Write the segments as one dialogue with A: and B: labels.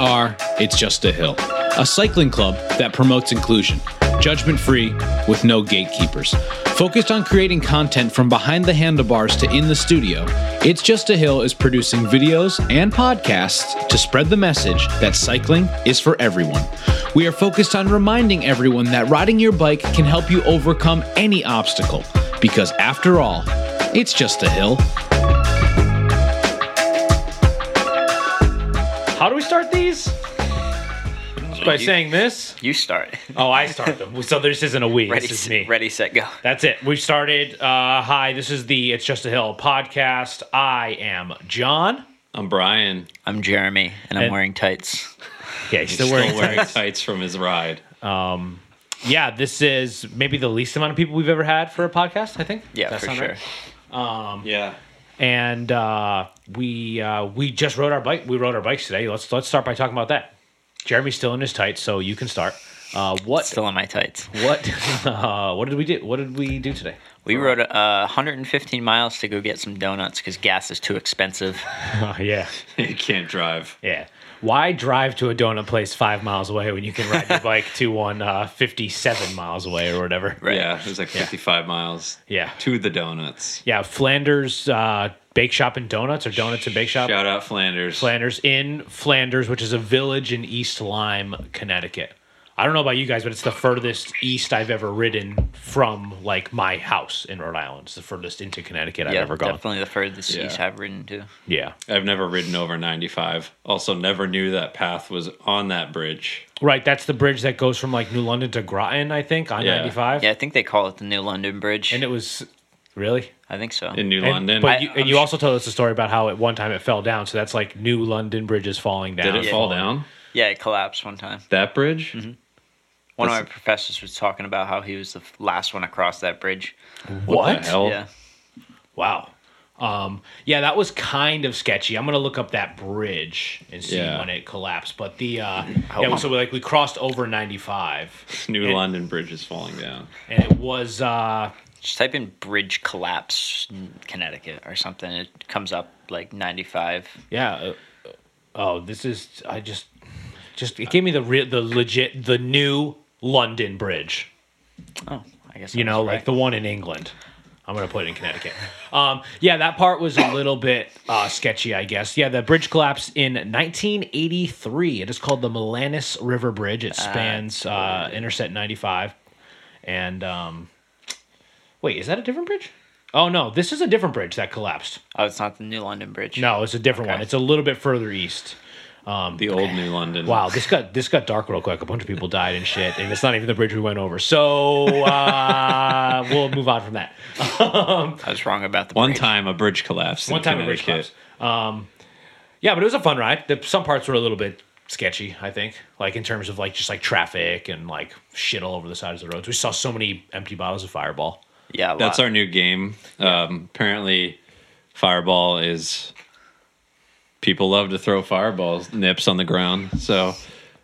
A: It's Just a Hill, a cycling club that promotes inclusion, judgment free, with no gatekeepers. Focused on creating content from behind the handlebars to in the studio, It's Just a Hill is producing videos and podcasts to spread the message that cycling is for everyone. We are focused on reminding everyone that riding your bike can help you overcome any obstacle, because after all, it's just a hill.
B: How do we start these? Just by
C: You-
B: saying this.
C: You start.
B: Oh, I start them. So this isn't a we.
C: Ready,
B: this is
C: set,
B: me.
C: ready, set, go.
B: That's it. We started. Uh, hi, this is the It's Just a Hill podcast. I am John.
D: I'm Brian.
C: I'm Jeremy, and I'm
B: And-
C: wearing tights.
B: Yeah, he's still
D: Still
B: wearing.
D: wearing tights from his ride.
B: yeah, this is maybe the least amount of people we've ever had for a podcast. I think.
C: Yeah,
B: Does that
C: for
B: sound
C: sure.
B: right? Um,
D: Yeah.
B: And uh, we uh, we just rode our bike. We rode our bikes today. Let's let's start by talking about that. Jeremy's still in his tights, so you can start. Uh, what
C: Still in my tights.
B: what uh, what did we do? What did we do today?
C: We rode uh, 115 miles to go get some donuts because gas is too expensive.
B: yeah.
D: You can't drive.
B: Yeah. Why drive to a donut place five miles away when you can ride your bike to one uh, 57 miles away or whatever?
C: Right.
D: Yeah, it was like 55 miles.
B: Yeah.
D: To the donuts.
B: Yeah. Flanders uh, Bake Shop and Donuts or Donuts and Bake Shop.
D: Shout out Flanders.
B: Flanders in Flanders, which is a village in East Lyme, Connecticut. I don't know about you guys, but it's the furthest east I've ever ridden from like my house in Rhode Island. It's the furthest into Connecticut I've
C: yeah,
B: ever gone.
C: definitely the furthest
D: Yeah.
C: east I've ridden to.
B: Yeah.
D: I've never ridden over 95. Also, never knew that path was on that bridge.
B: Right. That's the bridge that goes from like New London to Groton, I think, on
D: Yeah.
B: 95.
C: Yeah, I think they call it the New London Bridge.
B: And it was really?
C: I think so.
D: In New
B: And-
D: London,
B: But you,
C: I-
B: and
C: I'm
B: you
C: su-
B: also told us a story about how at one time it fell down. So that's like new London bridges falling down.
D: did it fall
B: falling-
D: down?
C: yeah, it collapsed one time.
D: That bridge?
B: Mm-hmm.
C: One of my
D: That's-
C: professors was talking about how he was the f- last one across that bridge.
B: What?
D: the hell?
C: Yeah.
B: Wow. Um, yeah, that was kind of sketchy. I'm gonna look up that bridge and see
D: Yeah.
B: when it collapsed. But the uh,
C: Oh.
B: yeah, so we like we crossed over 95,
D: New
B: It-
D: London Bridge is falling down.
B: and it was uh,
C: Just type in bridge collapse in Connecticut or something. It comes up like 95.
B: yeah. uh, uh, oh, this is I just just it gave me the re- the legit the new London Bridge.
C: Oh, I guess. I
B: you
C: was
B: know,
C: right.
B: like the one in England. I'm gonna put it in Connecticut. Um, yeah, that part was a little bit uh, sketchy, I guess. Yeah, the bridge collapsed in 1983. It is called the Milanis River Bridge. It spans uh, Intersect 95. And um, wait, is that a different bridge? Oh no, this is a different bridge that collapsed.
C: Oh, it's not the New London Bridge.
B: No, it's a different one. It's a little bit further east.
D: The old New London.
B: Wow, this got this got dark real quick. A bunch of people died and shit, and it's not even the bridge we went over. So uh, we'll move on from that.
C: I was wrong about the
D: One
C: bridge.
D: time a bridge collapsed.
B: One
D: in
B: time at Rich
D: Connecticut.
B: Clubs. Um, yeah, but it was a fun ride. The, some parts were a little bit sketchy, I think, like in terms of like just like traffic and like shit all over the sides of the roads. We saw so many empty bottles of Fireball.
C: Yeah, a
D: That's
C: lot.
D: our new game. Um, apparently, fireball is people love to throw fireballs nips on the ground. So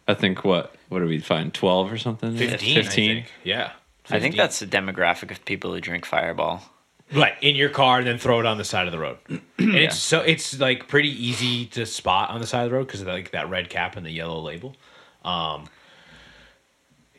D: I think what what did we find? Twelve or something?
B: I think. yeah.
C: I think that's the demographic of people who drink Fireball.
B: right in your car and then throw it on the side of the road. and it's so it's like pretty easy to spot on the side of the road because of like that red cap and the yellow label. Um,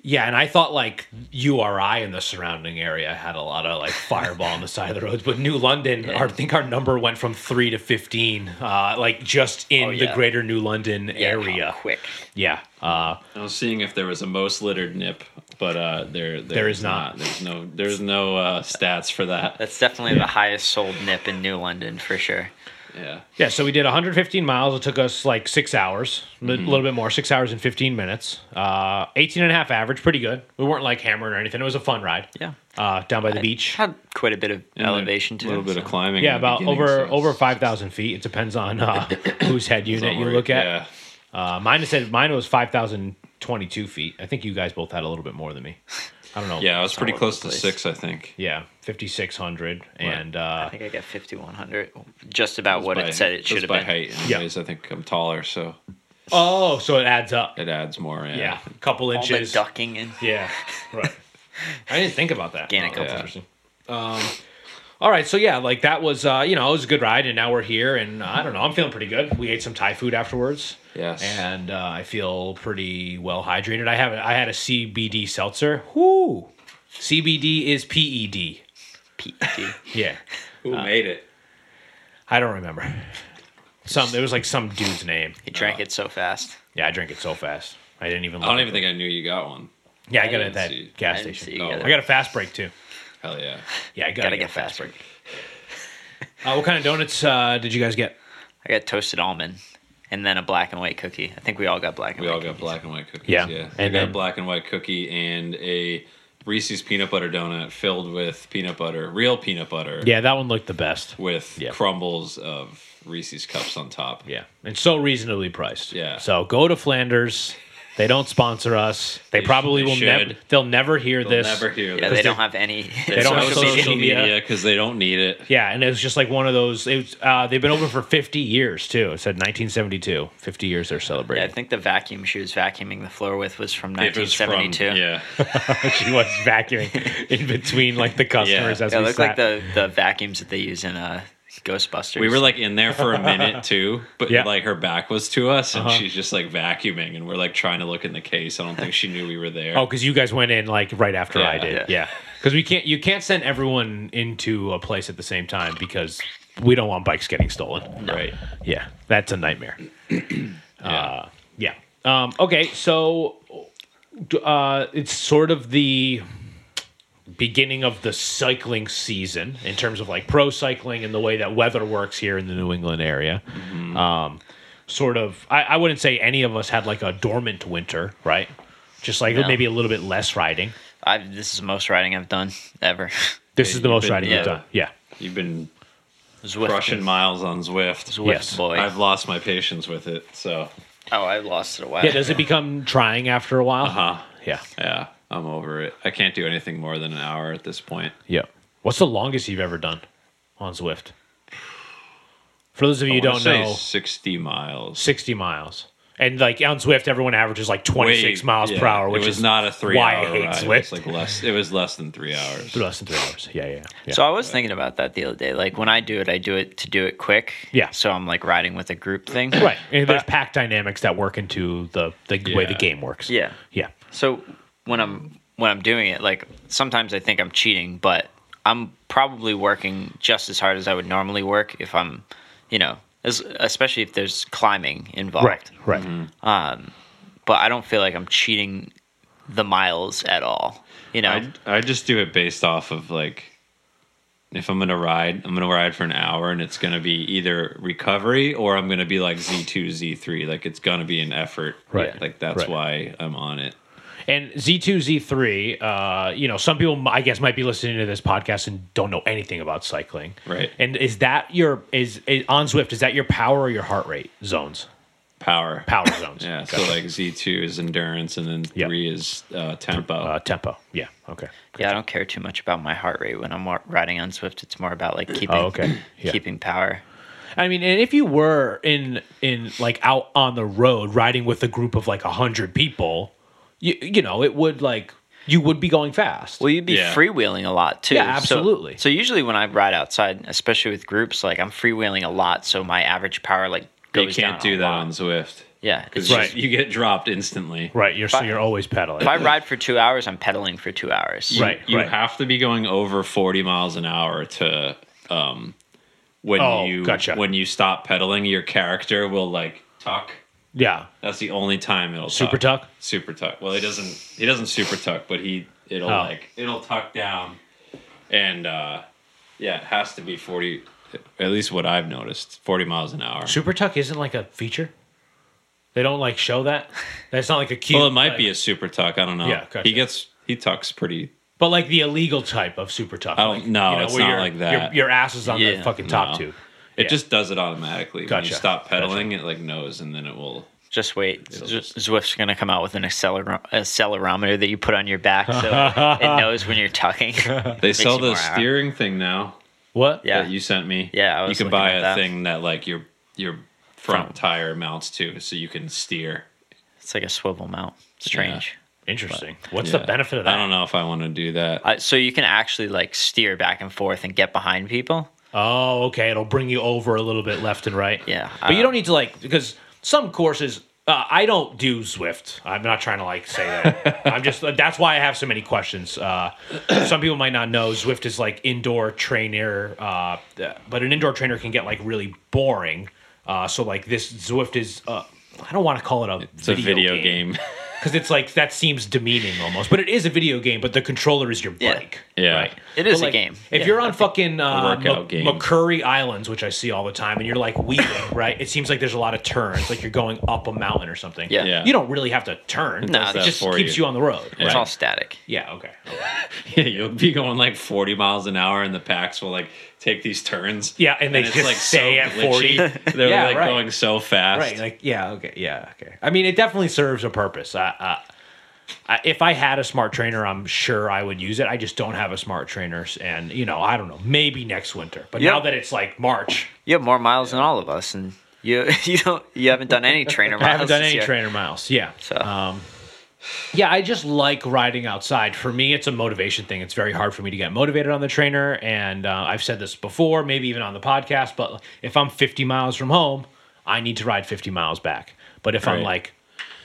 B: yeah, and I thought like URI and the surrounding area had a lot of like fireball on the side of the roads, but New London, our- I think our number went from three to fifteen, uh, like just in
C: Oh,
B: the
C: yeah.
B: greater New London
C: Yeah,
B: area.
C: how quick.
B: Yeah, uh,
D: I was seeing if there was a most littered nip, but uh, there, there
B: is not.
D: There's no there's no uh, stats for that.
C: That's definitely the highest sold nip in New London for sure.
D: Yeah.
B: Yeah, so we did 115 miles. It took us like six hours, a
D: Mm-hmm.
B: li- little bit more, six hours and 15 minutes. Uh, 18 and a half average, pretty good. We weren't like hammered or anything. It was a fun ride.
C: Yeah.
B: Uh, down by the beach.
C: Had quite a bit of
D: And
C: elevation
D: a
C: to
D: little
C: it,
D: bit of
C: so.
D: climbing.
B: Yeah,
D: in the
B: about
D: beginning,
B: over
D: so it's-
B: over 5,000 feet. It depends on uh, whose head unit you look at.
D: Yeah.
B: Uh, mine said mine was 5,022 feet. I think you guys both had a little bit more than me. I don't know.
D: Yeah, I was pretty
C: all over
D: close
C: the
D: to
C: place.
D: six, I think.
B: Yeah, 5,600. And
C: I
B: uh,
C: think I got 5,100, just about what
D: By-
C: it said it should
D: was
C: have
D: by
C: been.
D: height.
B: Yeah.
D: Anyways, I think I'm taller, so
B: oh, so it adds up.
D: it adds more.
B: Yeah, a couple
C: All the
B: inches.
C: ducking and
B: Yeah, right. I didn't think about that.
C: Organic
B: Oh, that's
D: compost.
B: interesting. All right, so yeah, like that was, uh, you know, it was a good ride, and now we're here, and uh, I don't know, I'm feeling pretty good. We ate some Thai food afterwards.
D: Yes.
B: And uh, I feel pretty well hydrated. I have a, I had a CBD seltzer. Whoo! CBD is PED.
C: PED.
B: Yeah,
D: Who made it?
B: I don't remember. Some it was like some dude's name.
C: He drank it so fast.
B: Yeah, I drank it so fast. I didn't even.
D: I
B: Look
D: don't even think I knew you got one.
B: Yeah, I got it at
D: didn't
B: that
D: see-
B: gas
C: I didn't see
B: station.
C: you
D: No.
C: get it.
B: I got a fast break too.
D: Hell yeah.
B: Yeah, I gotta,
C: Gotta
B: get,
C: get
B: a fast
C: fast
B: break. Uh, what kind of donuts uh, did you guys get?
C: I got toasted almond and then a black and white cookie. I think we all got black and
D: We
C: white
D: all got
C: cookies.
D: black and white cookies.
B: Yeah.
D: Yeah.
B: And
D: I got
B: then-
D: a black and white cookie and a Reese's peanut butter donut filled with peanut butter, real peanut butter,
B: Yeah, that one looked the best.
D: with
B: Yeah.
D: crumbles of Reese's cups on top.
B: Yeah, and so reasonably priced.
D: Yeah.
B: So go to Flanders. They don't sponsor us. They,
D: They-
B: probably
D: they
B: will
D: should.
B: never. They'll never hear
D: They'll
B: this.
D: never hear
C: Yeah,
D: this.
C: they don't have any.
D: They don't have
B: social
D: social
B: media.
D: media because they don't need it.
B: Yeah, and it was just like one of those. It was, uh, they've been open for 50 years too. It said 1972. 50 years they're
C: Yeah, I
B: celebrating.
C: think the vacuum she was vacuuming the floor with was from
D: It was from-
C: 1972.
D: yeah.
B: she was vacuuming in between like the customers
D: Yeah.
B: as
C: Yeah, it
B: we
C: looked
B: sat.
C: like the, the vacuums that they use in uh, Ghostbusters.
D: We were like in there for a minute too, but
B: Yeah.
D: like her back was to us and
B: Uh-huh.
D: she's just like vacuuming and we're like trying to look in the case. I don't think she knew we were there.
B: Oh, because you guys went in like right after I
D: Yeah,
B: did.
C: yeah.
B: Yeah. Because we can't, you can't send everyone into a place at the same time because we don't want bikes getting stolen.
D: right.
B: Yeah. That's a nightmare.
D: Yeah.
B: Uh, yeah. Um, okay. So d- uh, it's sort of the beginning of the cycling season in terms of like pro cycling and the way that weather works here in the New England area.
D: Mm-hmm.
B: Um, sort of, I, I wouldn't say any of us had like a dormant winter, right? Just like
C: No.
B: maybe a little bit less riding.
C: i this is the most riding I've done ever.
B: This
D: Yeah,
B: is the
D: you've
B: most
D: been-
B: riding
C: yeah.
B: you've done. Yeah.
D: You've been
C: Zwift.
D: crushing miles on Zwift.
C: Zwift
B: Yes.
C: boy.
D: I've lost my patience with it. So,
C: oh, I lost it a while.
B: Yeah. Does it become trying after a while?
D: huh.
B: Yeah.
D: Yeah, I'm over it. I can't do anything more than an hour at this point.
B: Yeah. What's the longest you've ever done on Zwift? For those of you
D: I
B: who
D: wanna
B: don't
D: say
B: know,
D: 60 miles.
B: 60 miles. And like on Zwift, everyone averages like 26
D: Way-
B: miles
D: yeah,
B: per hour, which
D: it was
B: is
D: not a three
B: why I
D: hour
B: hate
D: ride. It
B: Zwift.
D: was like less. It was less than three hours.
B: less than three hours. Yeah, yeah. yeah.
C: So I was thinking about that the other day. Like when I do it, I do it to do it quick.
B: Yeah.
C: So I'm like riding with a group thing.
B: right. And there's pack dynamics that work into the, the way the
D: Yeah.
B: game works.
C: Yeah.
B: Yeah.
C: So when I'm when I'm doing it, like sometimes I think I'm cheating, but I'm probably working just as hard as I would normally work if I'm, you know, as, especially if there's climbing involved.
B: Right. Right.
D: Mm-hmm.
C: But I don't feel like I'm cheating the miles at all. You know.
D: I, I just do it based off of like if I'm gonna ride, I'm gonna ride for an hour, and it's gonna be either recovery or I'm gonna be like Z two, Z three. Like it's gonna be an effort.
B: Right.
D: Like that's
B: Right.
D: why I'm on it.
B: And Z2, Z3, uh, you know, some people, I guess, might be listening to this podcast and don't know anything about cycling.
D: Right.
B: And is that your, is, is on Zwift, is that your power or your heart rate zones?
D: Power.
B: Power zones.
D: Yeah. So
B: Gotcha.
D: like Z two is endurance, and then
B: Yep.
D: three is uh, tempo.
B: uh, tempo. Yeah. Okay.
C: Yeah, I don't care too much about my heart rate when I'm wa- riding on Swift. It's more about like keeping
B: Oh, okay. Yeah.
C: keeping power.
B: I mean, and if you were in in like out on the road riding with a group of like a hundred people, you you know it would like you would be going fast.
C: Well, you'd be
D: Yeah.
C: freewheeling a lot too.
B: Yeah,
C: So-
B: absolutely.
C: So, usually when I ride outside, especially with groups, like I'm freewheeling a lot, so my average power like
D: you
C: goes
D: can't
C: down a
D: do that
C: lot.
D: on Zwift.
C: Yeah, it's
D: Because
C: just-
D: you get dropped instantly.
B: right, you're so you're always pedaling.
C: if I ride for two hours, I'm pedaling for two hours.
B: Right,
D: You
B: right.
D: have to be going over 40 miles an hour to um when
B: Oh,
D: you
B: gotcha.
D: when you stop pedaling, your character will like tuck.
B: yeah, Uh,
D: That's the only time it'll
B: super tuck.
D: Super tuck. Well, he doesn't he doesn't super tuck, but he it'll
B: Oh.
D: like it'll tuck down. And uh yeah, it has to be 40 at least what I've noticed, 40 miles an hour.
B: Super tuck isn't like a feature. They don't like show that. That's not like a cute.
D: Well, it might
B: but,
D: be a super tuck, I don't know.
B: Yeah, gotcha.
D: He gets he tucks pretty
B: but like the illegal type of super tuck.
D: I don't
B: like,
D: no, it's
B: where
D: not
B: your-
D: like that.
B: Your, your ass is on
C: Yeah.
B: the fucking top
D: No.
B: tube.
D: It
B: Yeah.
D: just does it automatically. When
B: Gotcha.
D: you stop pedaling, it like knows, and then it will.
C: Just wait. Z- Zwift's gonna come out with an accelerom- accelerometer that you put on your back, so it knows when you're tucking.
D: They sell
C: you
D: the
C: more app.
D: steering thing now
B: What?
C: Yeah.
D: that you sent me.
C: Yeah, I was
D: you
C: looking
D: can buy
C: at
D: a
C: that.
D: thing that like your your front tire mounts to, so you can steer.
C: It's like a swivel mount. Strange.
B: Interesting. What's
D: Yeah.
B: the benefit of that?
D: I don't know if I want to do that.
C: Uh, so you can actually like steer back and forth and get behind people.
B: Oh, okay. It'll bring you over a little bit left and right.
C: Yeah,
B: But you
C: uh,
B: don't need to like because some courses. Uh, I don't do Zwift. I'm not trying to like say that. I'm just uh, that's why I have so many questions. Uh, some people might not know Zwift is like indoor trainer, uh, but an indoor trainer can get like really boring. Uh, so like this Zwift is. Uh, I don't want to call it a
D: It's a video game.
B: because it's like that seems demeaning almost, but it is a video game. But the controller is your
C: Yeah.
B: bike.
D: Yeah.
C: It is
B: But,
C: a
B: like,
C: game.
B: If
C: Yeah.
B: you're on fucking uh,
D: workout
B: Mc-
D: game.
B: McCurry Islands, which I see all the time, and you're like wheeling, right? It seems like there's a lot of turns, like you're going up a mountain or something.
C: Yeah.
D: Yeah.
B: You don't really have to turn.
C: No,
B: it
C: that's
B: just
D: for
B: keeps you.
D: you.
B: on the road.
C: It's
B: right?
C: all static.
B: yeah. Okay.
D: You'll be going like 40 miles an hour, and the packs will like take these turns.
B: Yeah, and they
D: it's,
B: just stay at 40.
D: glitchy. They're
B: Yeah,
D: like
B: right.
D: going so fast.
B: Right. Like. Yeah. Okay. Yeah. Okay. I mean, it definitely serves a purpose. I, I, I, if I had a smart trainer, I'm sure I would use it. I just don't have a smart trainer, and you know, I don't know. Maybe next winter. But now
C: Yep.
B: that it's like March,
C: You have more miles than all of us, and you you don't you haven't done any trainer miles.
B: I haven't done
C: this
B: any
C: year.
B: trainer miles. Yeah.
C: So.
B: Um, yeah, I just like riding outside. For me, it's a motivation thing. It's very hard for me to get motivated on the trainer, and uh, I've said this before, maybe even on the podcast. But if I'm 50 miles from home, I need to ride 50 miles back. But if I'm
D: Right.
B: like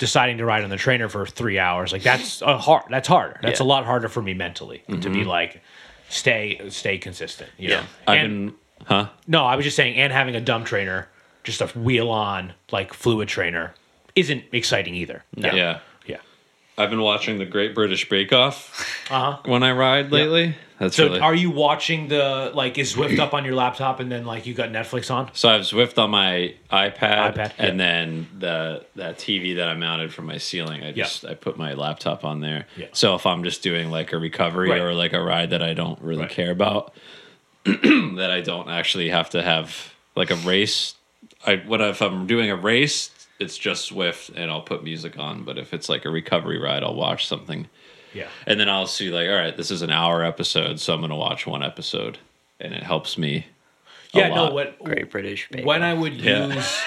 B: deciding to ride on the trainer for three hours, like that's a hard. That's harder. That's
C: Yeah.
B: a lot harder for me mentally to be like stay stay consistent. You
C: Yeah.
B: know?
D: I've
B: And-
D: been, huh?
B: no, I was just saying, and having a dumb trainer, just a wheel on like fluid trainer, isn't exciting either.
D: Yeah.
B: Yeah.
D: I've been watching the Great British Bake Off
B: Uh huh.
D: when I ride lately. That's
B: So
D: really.
B: are you watching the like is Zwift up on your laptop and then like you got Netflix on?
D: so I have Zwift on my iPad,
B: iPad, yeah.
D: and then the that TV that I mounted from my ceiling. I just I put my laptop on there.
B: Yeah.
D: So if I'm just doing like a recovery
B: Right.
D: or like a ride that I don't really
B: Right.
D: care about, that I don't actually have to have like a race. I what if I'm doing a race? It's just Zwift, and I'll put music on. But if it's like a recovery ride, I'll watch something.
B: Yeah.
D: and then I'll see like, all right, this is an hour episode, so I'm gonna watch one episode, and it helps me. a
B: Yeah, no,
D: lot.
B: what
C: Great British. Bake
B: when
C: Off.
B: I would
D: Yeah.
B: use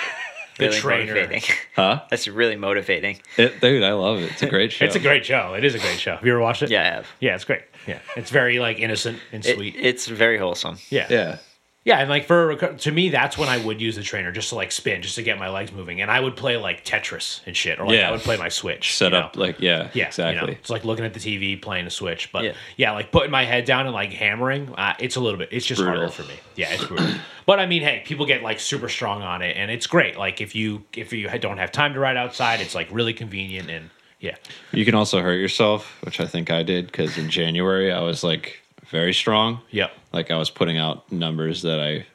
B: the
C: Really
B: trainer.
C: motivating.
D: Huh?
C: That's really motivating.
D: It, dude, I love it. It's a great show.
B: It's a great show. It is a great show. Have you ever watched it?
C: Yeah, I have.
B: Yeah, it's great. Yeah. It's very like innocent and
C: It-
B: sweet.
C: it's very wholesome.
B: yeah.
D: yeah.
B: Yeah, and like for a reco- to me, that's when I would use the trainer just to like spin, just to get my legs moving, and I would play like Tetris and shit, or like
D: Yeah.
B: I would play my Switch.
D: Set
B: you
D: up
B: know?
D: like yeah,
B: yeah, you know,
D: exactly.
B: it's like looking at the TV, playing a Switch, but yeah,
C: Yeah.
B: like putting my head down and like hammering, uh, it's a little bit, it's just harder
D: Brutal.
B: for me. Yeah, it's brutal. but I mean, hey, people get like super strong on it, and it's great. Like if you if you don't have time to ride outside, it's like really convenient and yeah,
D: You can also hurt yourself, which I think I did because in January I was like very strong.
B: yep,
D: Like I was putting out numbers that I,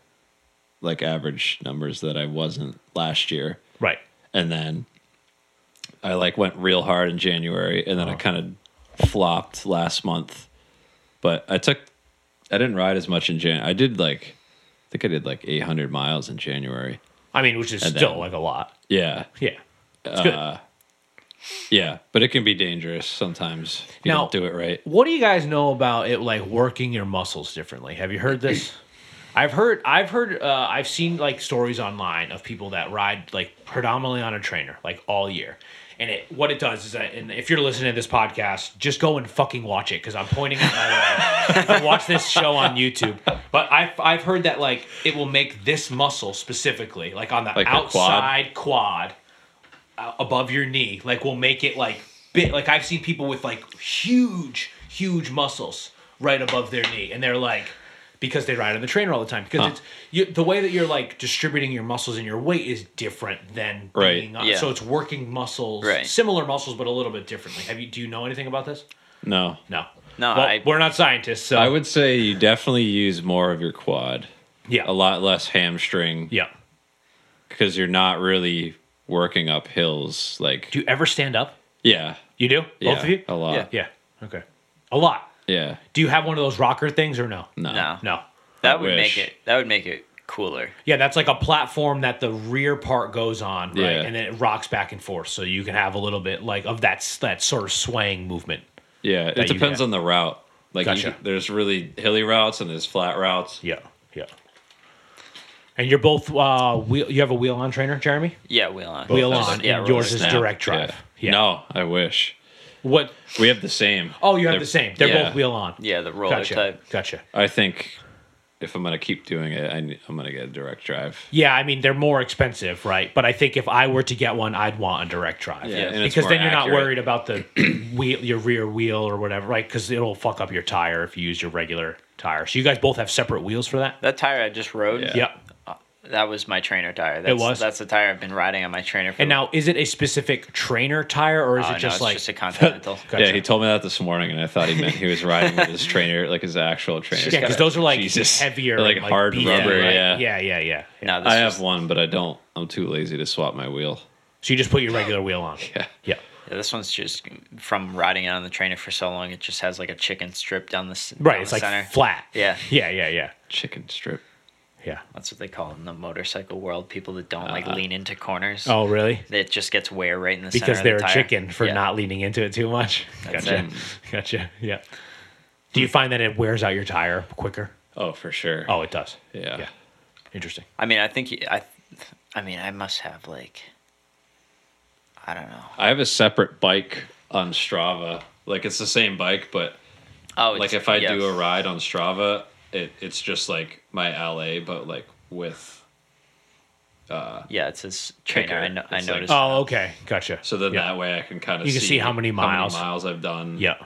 D: like average numbers that I wasn't last year.
B: right,
D: and then I like went real hard in January, and
B: Oh.
D: then I kind of flopped last month. But I took, I didn't ride as much in Jan. I did like, I think I did like 800 miles in January.
B: I mean, which is
D: And
B: still
D: then-
B: like a lot.
D: Yeah,
B: Yeah, it's good.
D: yeah, but it can be dangerous sometimes if you
B: Now-
D: don't do it right.
B: What do you guys know about it like working your muscles differently? Have you heard this? I've heard I've heard uh, I've seen like stories online of people that ride like predominantly on a trainer like all year. And it, what it does is that, and if you're listening to this podcast, just go and fucking watch it because I'm pointing at my leg. I watch this show on YouTube. But I've, I've heard that like it will make this muscle specifically, like on the
D: Like the quad?
B: outside quad, above your knee like will make it like bit like i've seen people with like huge huge muscles right above their knee and they're like because they ride on the trainer all the time because it's you, the way that you're like distributing your muscles and your weight is different than
D: Right,
B: being on,
C: yeah.
B: so it's working muscles
C: Right.
B: similar muscles but a little bit differently have you do you know anything about this
D: No,
B: no
C: No,
B: Well,
C: I-
B: we're not scientists so
D: I would say you definitely use more of your quad,
B: yeah
D: a lot less hamstring,
B: yeah
D: because you're not really working up hills. Like,
B: do you ever stand up
D: yeah,
B: you do
D: yeah,
B: both of you
D: a lot,
C: Yeah.
B: yeah okay a lot
D: yeah,
B: do you have one of those rocker things or no
D: no,
C: No,
B: no
D: I
C: that would
D: wish.
C: make it. That would make it cooler.
B: Yeah, that's like a platform that the rear part goes on, right?
D: Yeah.
B: And then it rocks back and forth, so you can have a little bit like of that s- that sort of swaying movement.
D: Yeah, it
B: you
D: depends
B: get.
D: on the route. Like you-
B: Gotcha.
D: there's really hilly routes and there's flat routes.
B: Yeah, yeah. And you're both uh, wheel. You have a wheel on trainer, Jeremy.
C: Yeah, wheel on.
B: Wheel
C: Those-
B: on.
C: Yeah,
B: and
C: roller
B: yours is
C: snap.
B: direct drive. Yeah.
D: No, I wish.
B: What?
D: We have the same.
B: Oh, you have
D: They're-
B: the same. They're
D: yeah.
B: both wheel on.
C: Yeah, the roller
B: Gotcha.
C: type.
B: Gotcha.
D: I think if I'm gonna keep doing it, I, ne- I'm gonna get a direct drive.
B: Yeah, I mean they're more expensive, right? But I think if I were to get one, I'd want a direct drive.
D: Yeah, and it's
B: because
D: more
B: then you're not
D: accurate.
B: worried about the wheel, your rear wheel or whatever, right? Because it'll fuck up your tire if you use your regular tire. So you guys both have separate wheels for that.
C: That tire I just rode.
D: Yeah.
B: Yep.
C: That was my trainer tire. That's,
B: was?
C: That's the tire I've been riding on my trainer for.
B: And now, is it a specific trainer tire or is
C: Oh, no,
B: it just
C: it's
B: like?
C: just a Continental.
B: Gotcha.
D: Yeah, he told me that this morning, and I thought he meant he was riding with his trainer, like his actual trainer.
B: yeah, because those are like
D: Jesus.
B: heavier,
D: They're, like,
B: and,
D: hard
B: beefy,
D: rubber,
B: right?
D: yeah.
B: yeah, yeah, yeah.
C: no, this
D: I
C: was-
D: have one, but I don't. I'm too lazy to swap my wheel.
B: So you just put your regular wheel on.
D: Yeah.
B: Yeah.
C: yeah, this one's just from riding it on the trainer for so long. It just has like a chicken strip down the s-
B: Right.
C: down
B: It's
C: the
B: like
C: center.
B: flat.
C: Yeah.
B: Yeah. Yeah. Yeah.
D: Chicken strip.
B: Yeah.
C: That's what they call it in the motorcycle world. People that don't
D: Uh,
C: like lean into corners.
B: Oh, really?
C: It just gets wear right in the center.
B: Because
C: of
B: they're
C: the
B: a
C: tire.
B: chicken for
C: Yeah.
B: not leaning into it too much.
C: That's
B: Gotcha.
C: it.
B: Gotcha. Yeah. Do you find that it wears out your tire quicker?
D: Oh, for sure.
B: Oh, it does.
D: Yeah.
B: Yeah. Interesting.
C: I mean, I think you- I, I mean, I must have like, I don't know.
D: I have a separate bike on Strava. Like it's the same bike, but
C: Oh,
D: like
C: it's-
D: if I
C: yeah.
D: do a ride on Strava, it, it's just like my LA, but like with
C: yeah, it's this trainer. I,
D: Kicker.
C: no, I
D: It's like-
C: noticed.
B: Oh, okay. Gotcha.
D: so then
B: yeah.
D: that way I can kind of
B: You can see how many miles.
D: miles I've done.
B: Yeah.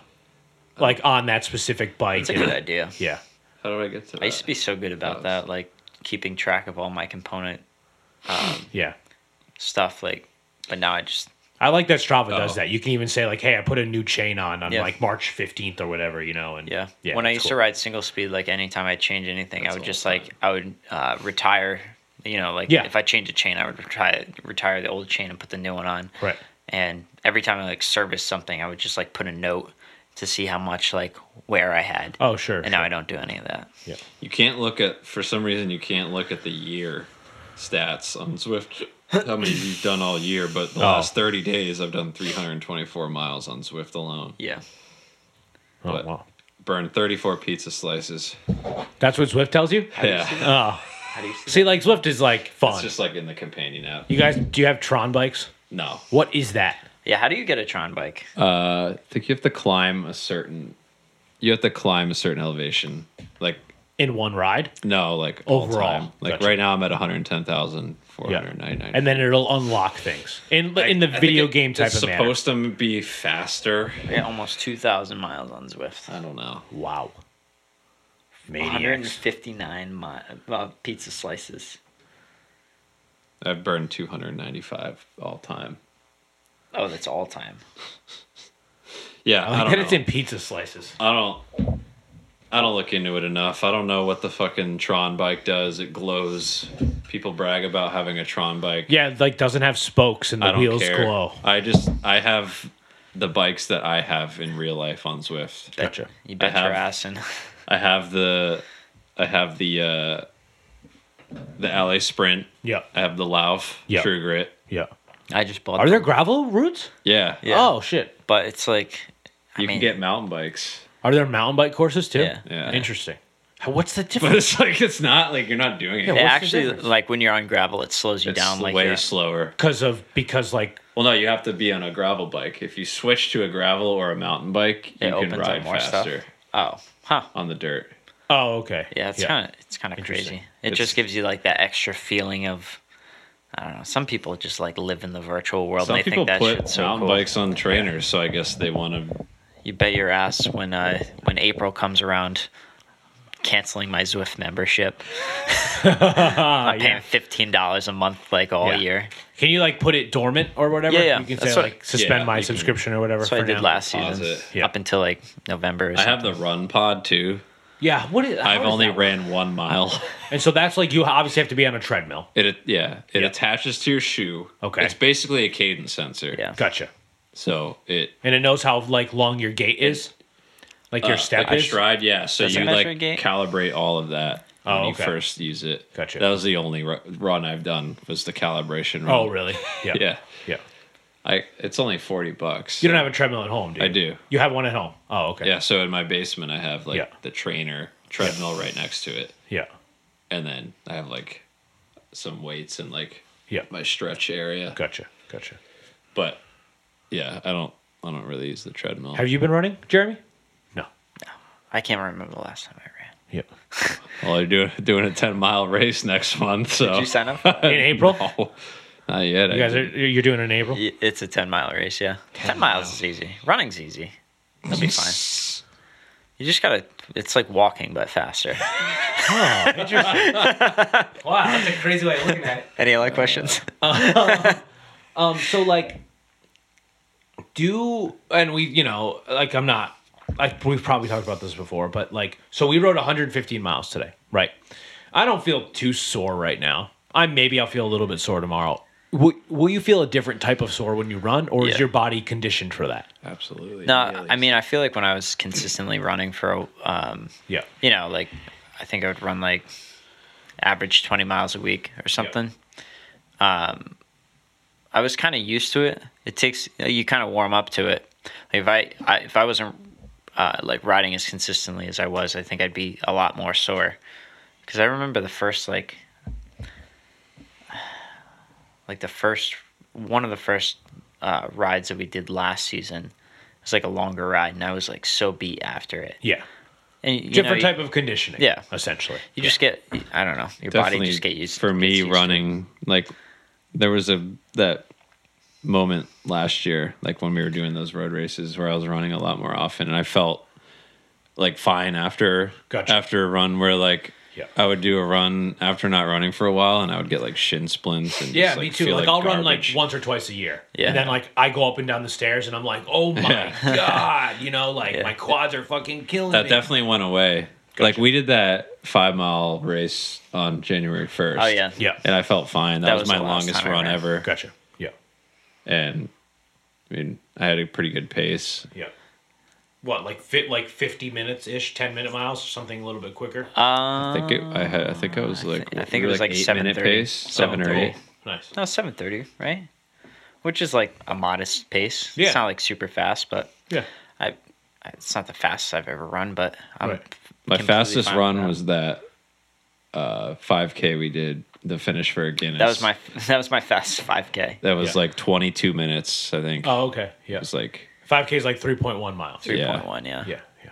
B: Like on that specific bike.
C: That's a good idea.
B: Yeah.
D: How do I get to that?
C: I used to be so good
D: Oh.
C: about that, like keeping track of all my component
B: Yeah.
C: stuff. Like, but now I just
B: I like that Strava does
D: Oh.
B: that. You can even say like, "Hey, I put a new chain on on
C: Yeah.
B: like March 15th or whatever," you know, and
C: yeah.
B: yeah
C: when I
B: it's
C: used
B: cool.
C: to ride single speed, like anytime I change anything,
D: That's
C: I
D: all
C: would just
D: the
C: like I would uh, retire. You know, like
B: Yeah.
C: if I change a chain, I would retire retire the old chain and put the new one on.
B: Right.
C: And every time I like service something, I would just like put a note to see how much like wear I had.
B: Oh, sure.
C: And now I don't do any of that.
B: sure. yeah.
D: You can't look at for some reason you can't look at the year stats on Swift. How many you've done all year, but the
B: Oh.
D: last 30 days I've done 324 miles on Swift alone.
C: Yeah.
B: Oh,
D: But-
B: wow.
D: Burned 34 pizza slices.
B: That's what Swift tells you.
D: Yeah.
B: Oh, see, like Swift is like
D: It's
B: fun.
D: just like in the companion app.
B: you guys, do you have Tron bikes?
D: No.
B: What is that?
C: Yeah. How do you get a Tron bike?
D: Uh, I think you have to climb a certain you have to climb a certain elevation. Like
B: In one ride,
D: no, like
B: Overall.
D: all time. Like
B: Gotcha.
D: right now I'm at 110,499.
B: and then it'll unlock things in in the
D: I think
B: video
D: it-
B: game type
D: it's
B: of manner.
D: supposed to be faster.
C: I got almost two thousand miles on Zwift.
D: I don't know.
B: Wow, maniacs.
C: 159 mi- uh, pizza slices.
D: I've burned 295 all time.
C: Oh, that's all time.
D: Yeah,
B: I
D: I,
B: like
D: don't
B: that
D: know.
B: it's in pizza slices.
D: I don't. I don't look into it enough. I don't know what the fucking Tron bike does. It glows. People brag about having a Tron bike.
B: Yeah, it, like doesn't have spokes and
D: I
B: the
D: don't
B: wheels
D: care.
B: glow.
D: I just I have the bikes that I have in real life on Zwift.
B: Gotcha.
C: You bet
D: have-
C: your ass and
D: I have the I have the uh the LA Sprint.
B: Yeah,
D: I have the Lauf
B: Yeah.
D: True Grit.
B: yeah.
C: I just bought
B: Are there
C: them,
B: gravel routes?
D: Yeah.
C: Yeah.
B: Oh shit.
C: but it's like I
D: You
C: mean,
D: can get mountain bikes.
B: Are there mountain bike courses too?
C: Yeah.
D: Yeah.
B: Interesting. How- What's the
D: But
B: difference?
D: it's like it's not like you're not doing it.
B: Yeah,
C: it
B: what's the
C: actually
B: difference?
C: like when you're on gravel it slows you
D: it's
C: down like
D: way
C: you're-
D: slower.
B: Because of because like
D: Well, no, you have to be on a gravel bike. If you switch to a gravel or a mountain bike, you
C: it
D: can
C: opens
D: ride
C: up more
D: faster
C: stuff. Oh, huh.
D: on the dirt.
B: oh okay
C: Yeah, it's kind of it's kind of
B: Interesting.
C: crazy. It
D: It's-
C: just gives you like that extra feeling of I don't know. Some people just like live in the virtual world.
D: Some
C: and they
D: people
C: think that
D: put
C: shit's so
D: mountain
C: cool.
D: bikes on trainers, so I guess they want to.
C: You bet your ass when uh, when April comes around, canceling my Zwift membership. I'm paying fifteen dollars a month like all
B: Yeah.
C: year.
B: Uh, Can you like put it dormant or whatever?
C: Yeah, yeah.
B: You can
C: That's
B: say
C: what-
B: like suspend
D: yeah,
B: my
D: you can-
B: subscription or whatever.
C: That's what I
B: for
C: did
B: now.
C: last
D: Pause
C: season,
D: it.
B: Yeah.
C: up until like November. Or
D: I
C: something.
D: have the Run Pod too.
B: Yeah. What is, how
D: I've
B: is
D: only
B: that?
D: ran one mile.
B: And so that's like you obviously have to be on a treadmill.
D: It yeah, it
B: Yeah.
D: attaches to your shoe.
B: Okay.
D: it's basically a cadence sensor.
C: Yeah.
B: Gotcha.
D: so it
B: And it knows how like long your gait is, like your
D: uh,
B: step
D: like
B: is.
D: your stride. Yeah, so
C: Does it
D: you
C: measure
D: like
C: gait?
D: calibrate all of that
B: Oh,
D: when
B: okay.
D: you first use it.
B: Gotcha.
D: That was the only ru- run I've done was the calibration run.
B: Oh really? Yeah.
D: yeah.
B: Yeah.
D: I it's only forty bucks.
B: You don't have a treadmill at home, do you?
D: I do.
B: You have one at home. Oh okay.
D: Yeah, so in my basement I have like
B: Yeah.
D: the trainer treadmill right next to it.
B: Yeah.
D: And then I have like some weights and like
B: Yeah.
D: my stretch area.
B: Gotcha. Gotcha.
D: But yeah, I don't I don't really use the treadmill.
B: Have you been running, Jeremy? No.
C: I can't remember the last time I ran.
B: Yep.
D: Well, they're doing, doing a 10 mile race next month. So.
C: Did you sign up?
B: In April?
D: Uh, No, not yet.
B: You guys are you're doing it in April.
C: Y- it's a ten mile race. Yeah, ten miles is easy. Running's easy. That'll be fine. You just gotta. It's like walking but faster.
B: Wow.
E: That's a crazy way of looking at it.
C: Any other questions?
B: Um, so like, do and we, you know, like I'm not, like we've probably talked about this before, but like, so we rode 115 miles today, right? I don't feel too sore right now. I maybe I'll feel a little bit sore tomorrow. Will, will you feel a different type of sore when you run, or is
C: Yeah.
B: your body conditioned for that?
D: Absolutely.
C: No, I mean I feel like when I was consistently running for, um,
B: Yeah.
C: you know, like I think I would run like average twenty miles a week or something. Um, I was kind of used to it. It takes you kind of warm up to it. Like if I, I if I wasn't uh, like riding as consistently as I was, I think I'd be a lot more sore. Because I remember the first like, like the first one of the first uh, rides that we did last season. It was like a longer ride, and I was like so beat after it.
B: Yeah.
C: And, you know,
B: Different
C: you-
B: type of conditioning.
C: Yeah.
B: Essentially.
C: you just get I don't know. Your body just get used.
D: for
C: gets
D: me
C: used to it.
D: running like there was a that moment last year like when we were doing those road races where i was running a lot more often and i felt like fine after
B: Gotcha.
D: after a run where like
B: Yeah.
D: i would do a run after not running for a while and i would get like shin splints and
B: Yeah,
D: just,
B: me too.
D: feel
B: Like, I'll run like
D: garbage.
B: once or twice a year.
C: Yeah.
B: And then like I go up and down the stairs and I'm like, oh my God, you know, like my quads are fucking killing
C: Oh,
D: that
B: me.
D: definitely went away like we did that five mile race on january 1st
C: Oh yeah.
B: Yeah.
D: and i felt fine that,
C: That
D: was,
C: was
D: my
C: the last
D: longest
C: time I
D: run
C: ran.
D: ever
B: Gotcha. Yeah.
D: and I mean, I had a pretty good pace.
B: Yeah. What, like fit like fifty minutes ish, ten minute miles, something a little bit quicker?
D: I
C: Um,
D: think it, I had, I think I was like,
C: Uh, I think it
D: we were,
C: was like
D: eight minute
C: 7:30,
D: pace, seven or
C: 7:30.
D: eight.
B: nice.
C: no, seven thirty, right? Which is like a modest pace.
B: Yeah.
C: It's not like super fast, but
B: Yeah.
C: I, I it's not the fastest I've ever run, but I'm
B: Right.
D: My
C: completely
D: fastest
C: fine with
D: run
C: that.
D: was that uh, 5K we did, the finish for a Guinness.
C: that was my that was my fast five k.
D: That was
B: Yeah.
D: like 22 minutes, I think.
B: Oh, okay.
D: It
B: Yeah.
D: was like
B: Five K is like three point one miles.
C: Three point one, yeah.
B: Yeah. Yeah.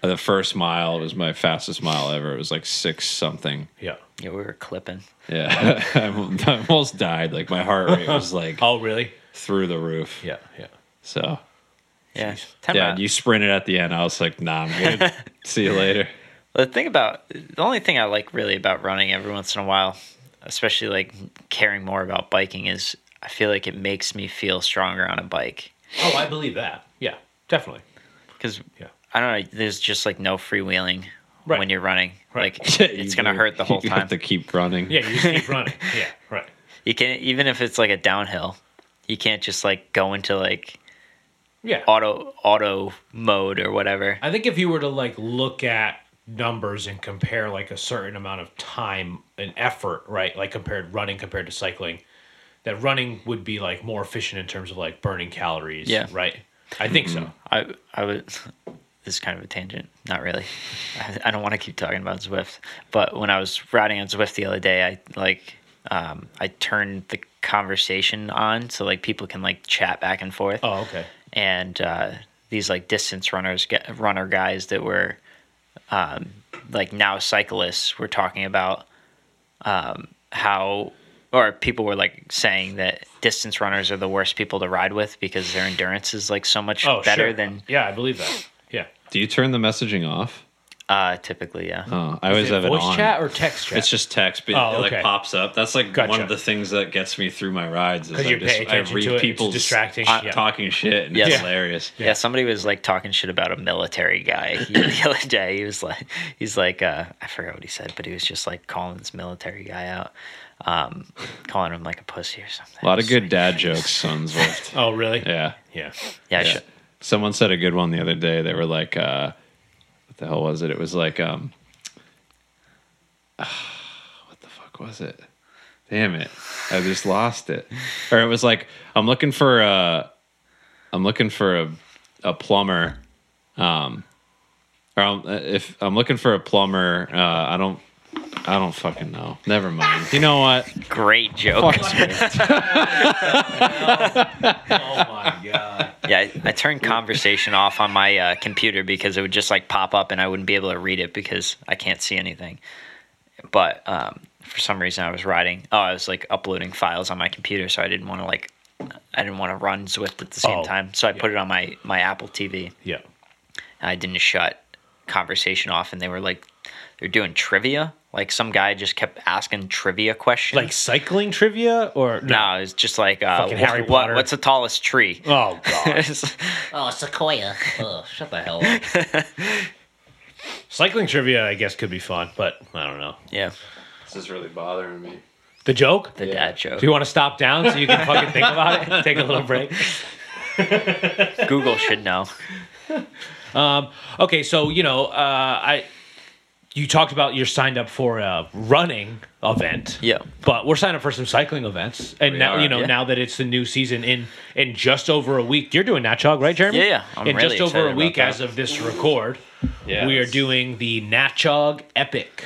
D: the first mile was my fastest mile ever. It was like six something.
B: Yeah.
C: Yeah, we were clipping.
D: Yeah, I almost died. Like my heart rate was like
B: Oh really?
D: through the roof.
B: Yeah. Yeah.
D: So
C: Yeah, ten
D: yeah,
C: mile-
D: and you sprinted at the end. I was like, nah, I'm good. See you later.
C: The thing about the only thing I like really about running every once in a while, especially like caring more about biking, is I feel like it makes me feel stronger on a bike
B: Oh, I believe that. Yeah. Definitely.
C: because
B: Yeah.
C: I don't know. There's just like no freewheeling
B: Right.
C: when you're running.
B: Right.
C: Like it's
D: You
C: gonna
D: do.
C: hurt the whole
D: you
C: time.
D: have to keep running.
B: Yeah, you just keep running. Yeah. Right.
C: You can even if it's like a downhill, you can't just like go into like
B: Yeah.
C: auto auto mode or whatever.
B: I think if you were to like look at numbers and compare like a certain amount of time and effort, right? Like compared running compared to cycling, that running would be like more efficient in terms of like burning calories,
C: Yeah. Mm-hmm.
B: right? I think so.
C: I I was this is kind of a tangent, not really. I, I don't want to keep talking about Zwift, but when I was riding on Zwift the other day, I like um, I turned the conversation on so like people can like chat back and forth,
B: Oh, okay.
C: and uh, these like distance runners gu- runner guys that were um, like now cyclists were talking about um, how or people were like saying that distance runners are the worst people to ride with because their endurance is like so much
B: Oh,
C: better
B: sure.
C: than
B: yeah, I believe that. Yeah.
D: Do you turn the messaging off?
C: Uh, typically, yeah.
D: Oh, I always have it
B: Voice
D: on.
B: chat or text chat?
D: It's just text, but
B: Oh,
D: it
B: okay.
D: like pops up. That's like one
B: Gotcha.
D: of the things that gets me through my rides. Is
B: 'Cause
D: I,
B: you
D: just,
B: pay
D: I
B: attention
D: read
B: to it, it's
D: people's
B: distracting,
D: ta-
B: yeah.
D: talking shit, and
C: Yeah.
D: it's hilarious.
C: yeah. somebody was like talking shit about a military guy the other day. He was like, he's like, uh, I forgot what he said, but he was just like calling this military guy out, um, calling him like a pussy or something.
D: A lot of
C: It's
D: good
C: like-
D: dad jokes on Zwift.
B: oh, really?
D: Yeah.
B: Yeah.
C: Yeah, I
D: Yeah.
C: should-
D: Someone said a good one the other day. They were like, uh, what the hell was it? It was like, um, ah, what the fuck was it? Damn it. I just lost it. Or it was like, I'm looking for a, I'm looking for a, a plumber. Um, or I'm, if I'm looking for a plumber, uh, I don't, I don't fucking know. Never mind. You know what?
C: great joke.
D: Fuck Zwift.
B: Oh my god.
C: yeah, I, I turned conversation off on my uh, computer because it would just like pop up and I wouldn't be able to read it because I can't see anything. But um, for some reason, I was writing. Oh, I was like uploading files on my computer, so I didn't want to like, I didn't want to run Zwift at the same
B: Oh,
C: time. So I put it on my my Apple TV.
B: Yeah.
C: I didn't shut conversation off, and they were like, they're doing trivia. Like some guy just kept asking trivia questions.
B: Like cycling trivia or
C: no, it's just like uh,
B: Fucking Harry
C: what-
B: Potter.
C: what's the tallest tree?
B: Oh god.
E: Oh, Sequoia. Oh, shut the hell up.
B: cycling trivia I guess could be fun, but I don't know.
C: yeah,
D: This is really bothering me.
B: The joke?
C: the dad joke.
B: Do you want to stop down so you can fucking think about it? Take a little break.
C: Google should know.
B: Okay, so you know, uh, I you talked about you're signed up for a running event.
C: Yeah.
B: But we're signed up for some cycling events, and
D: We
B: now
D: are,
B: you know
C: yeah.
B: now that it's the new season in in just over a week. You're doing Natch Hog, right, Jeremy?
C: Yeah, yeah. I'm
B: in
C: really
B: just over
C: excited
B: a
C: about
B: week
C: that.
B: as of this record,
D: Yeah,
B: we are
D: it's-
B: doing the Natch Hog Epic.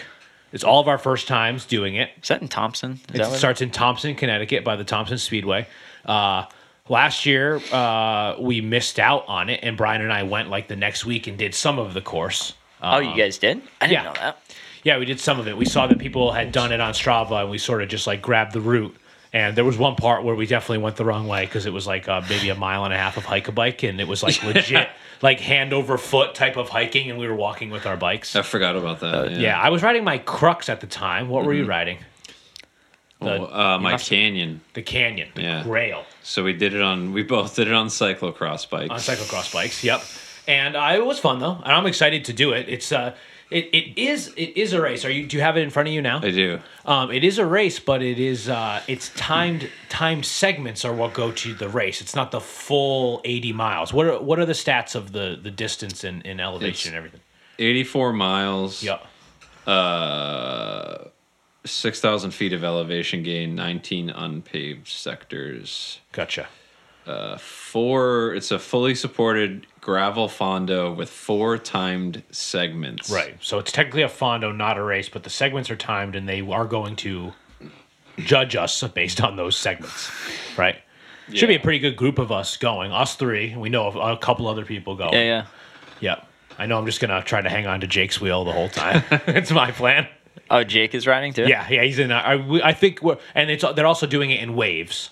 B: It's all of our first times doing it.
C: Is that in Thompson? Is
B: It
C: that what-
B: starts in Thompson, Connecticut, by the Thompson Speedway. Uh, last year, uh, we missed out on it, and Brian and I went like the next week and did some of the course.
C: oh, you guys did? I didn't
B: yeah.
C: know that.
B: Yeah, we did some of it. We saw that people had done it on Strava, and we sort of just like grabbed the route. And there was one part where we definitely went the wrong way because it was like uh, maybe a mile and a half of hike a bike, and it was like legit, like hand over foot type of hiking, and we were walking with our bikes.
D: I forgot about that. yeah.
B: Yeah, I was riding my Crux at the time. What were you riding?
D: Oh, uh, my canyon.
B: The Canyon, the
D: Yeah.
B: Grail.
D: So we did it on. We both did it on cyclocross bikes.
B: on cyclocross bikes. Yep, and uh, it was fun though, and I'm excited to do it. It's uh, it, it is it is a race. Are you? Do you have it in front of you now?
D: I do.
B: Um, it is a race, but it is uh, it's timed timed segments are what go to the race. It's not the full 80 miles. What are what are the stats of the the distance and, and elevation and everything?
D: 84 miles.
B: Yep.
D: Uh, 6,000 feet of elevation gain, 19 unpaved sectors.
B: Gotcha.
D: Four, it's a fully supported gravel fondo with four timed segments.
B: Right. So it's technically a fondo, not a race, but the segments are timed, and they are going to judge us based on those segments, right? Should be a
D: Yeah.
B: pretty good group of us going. Us three. We know of a couple other people going.
C: Yeah, yeah.
B: Yep. I know. I'm just gonna try to hang on to Jake's wheel the whole time. it's my plan.
C: Oh, Jake is riding too?
B: Yeah, yeah. He's in. I, we- I think we're, and it's they're also doing it in waves.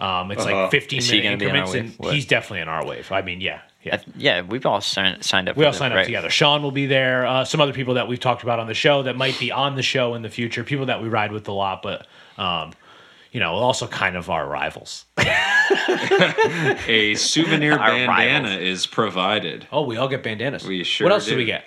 B: Um, it's
D: Uh-huh.
B: like 15
C: Is he
B: minute
C: gonna be in our
B: increments, and
C: wave? What?
B: he's definitely in our wave. I mean, yeah, yeah.
C: I- yeah, we've all sign- signed up
B: We
C: for
B: all
C: the-
B: sign up
C: right?
B: together. Sean will be there. Uh, some other people that we've talked about on the show that might be on the show in the future. People that we ride with a lot, but um, you know, also kind of our rivals.
D: A souvenir
C: Our
D: bandana is provided.
B: Oh, we all get bandanas.
D: We sure
B: What else do,
D: do. Um,
B: we get?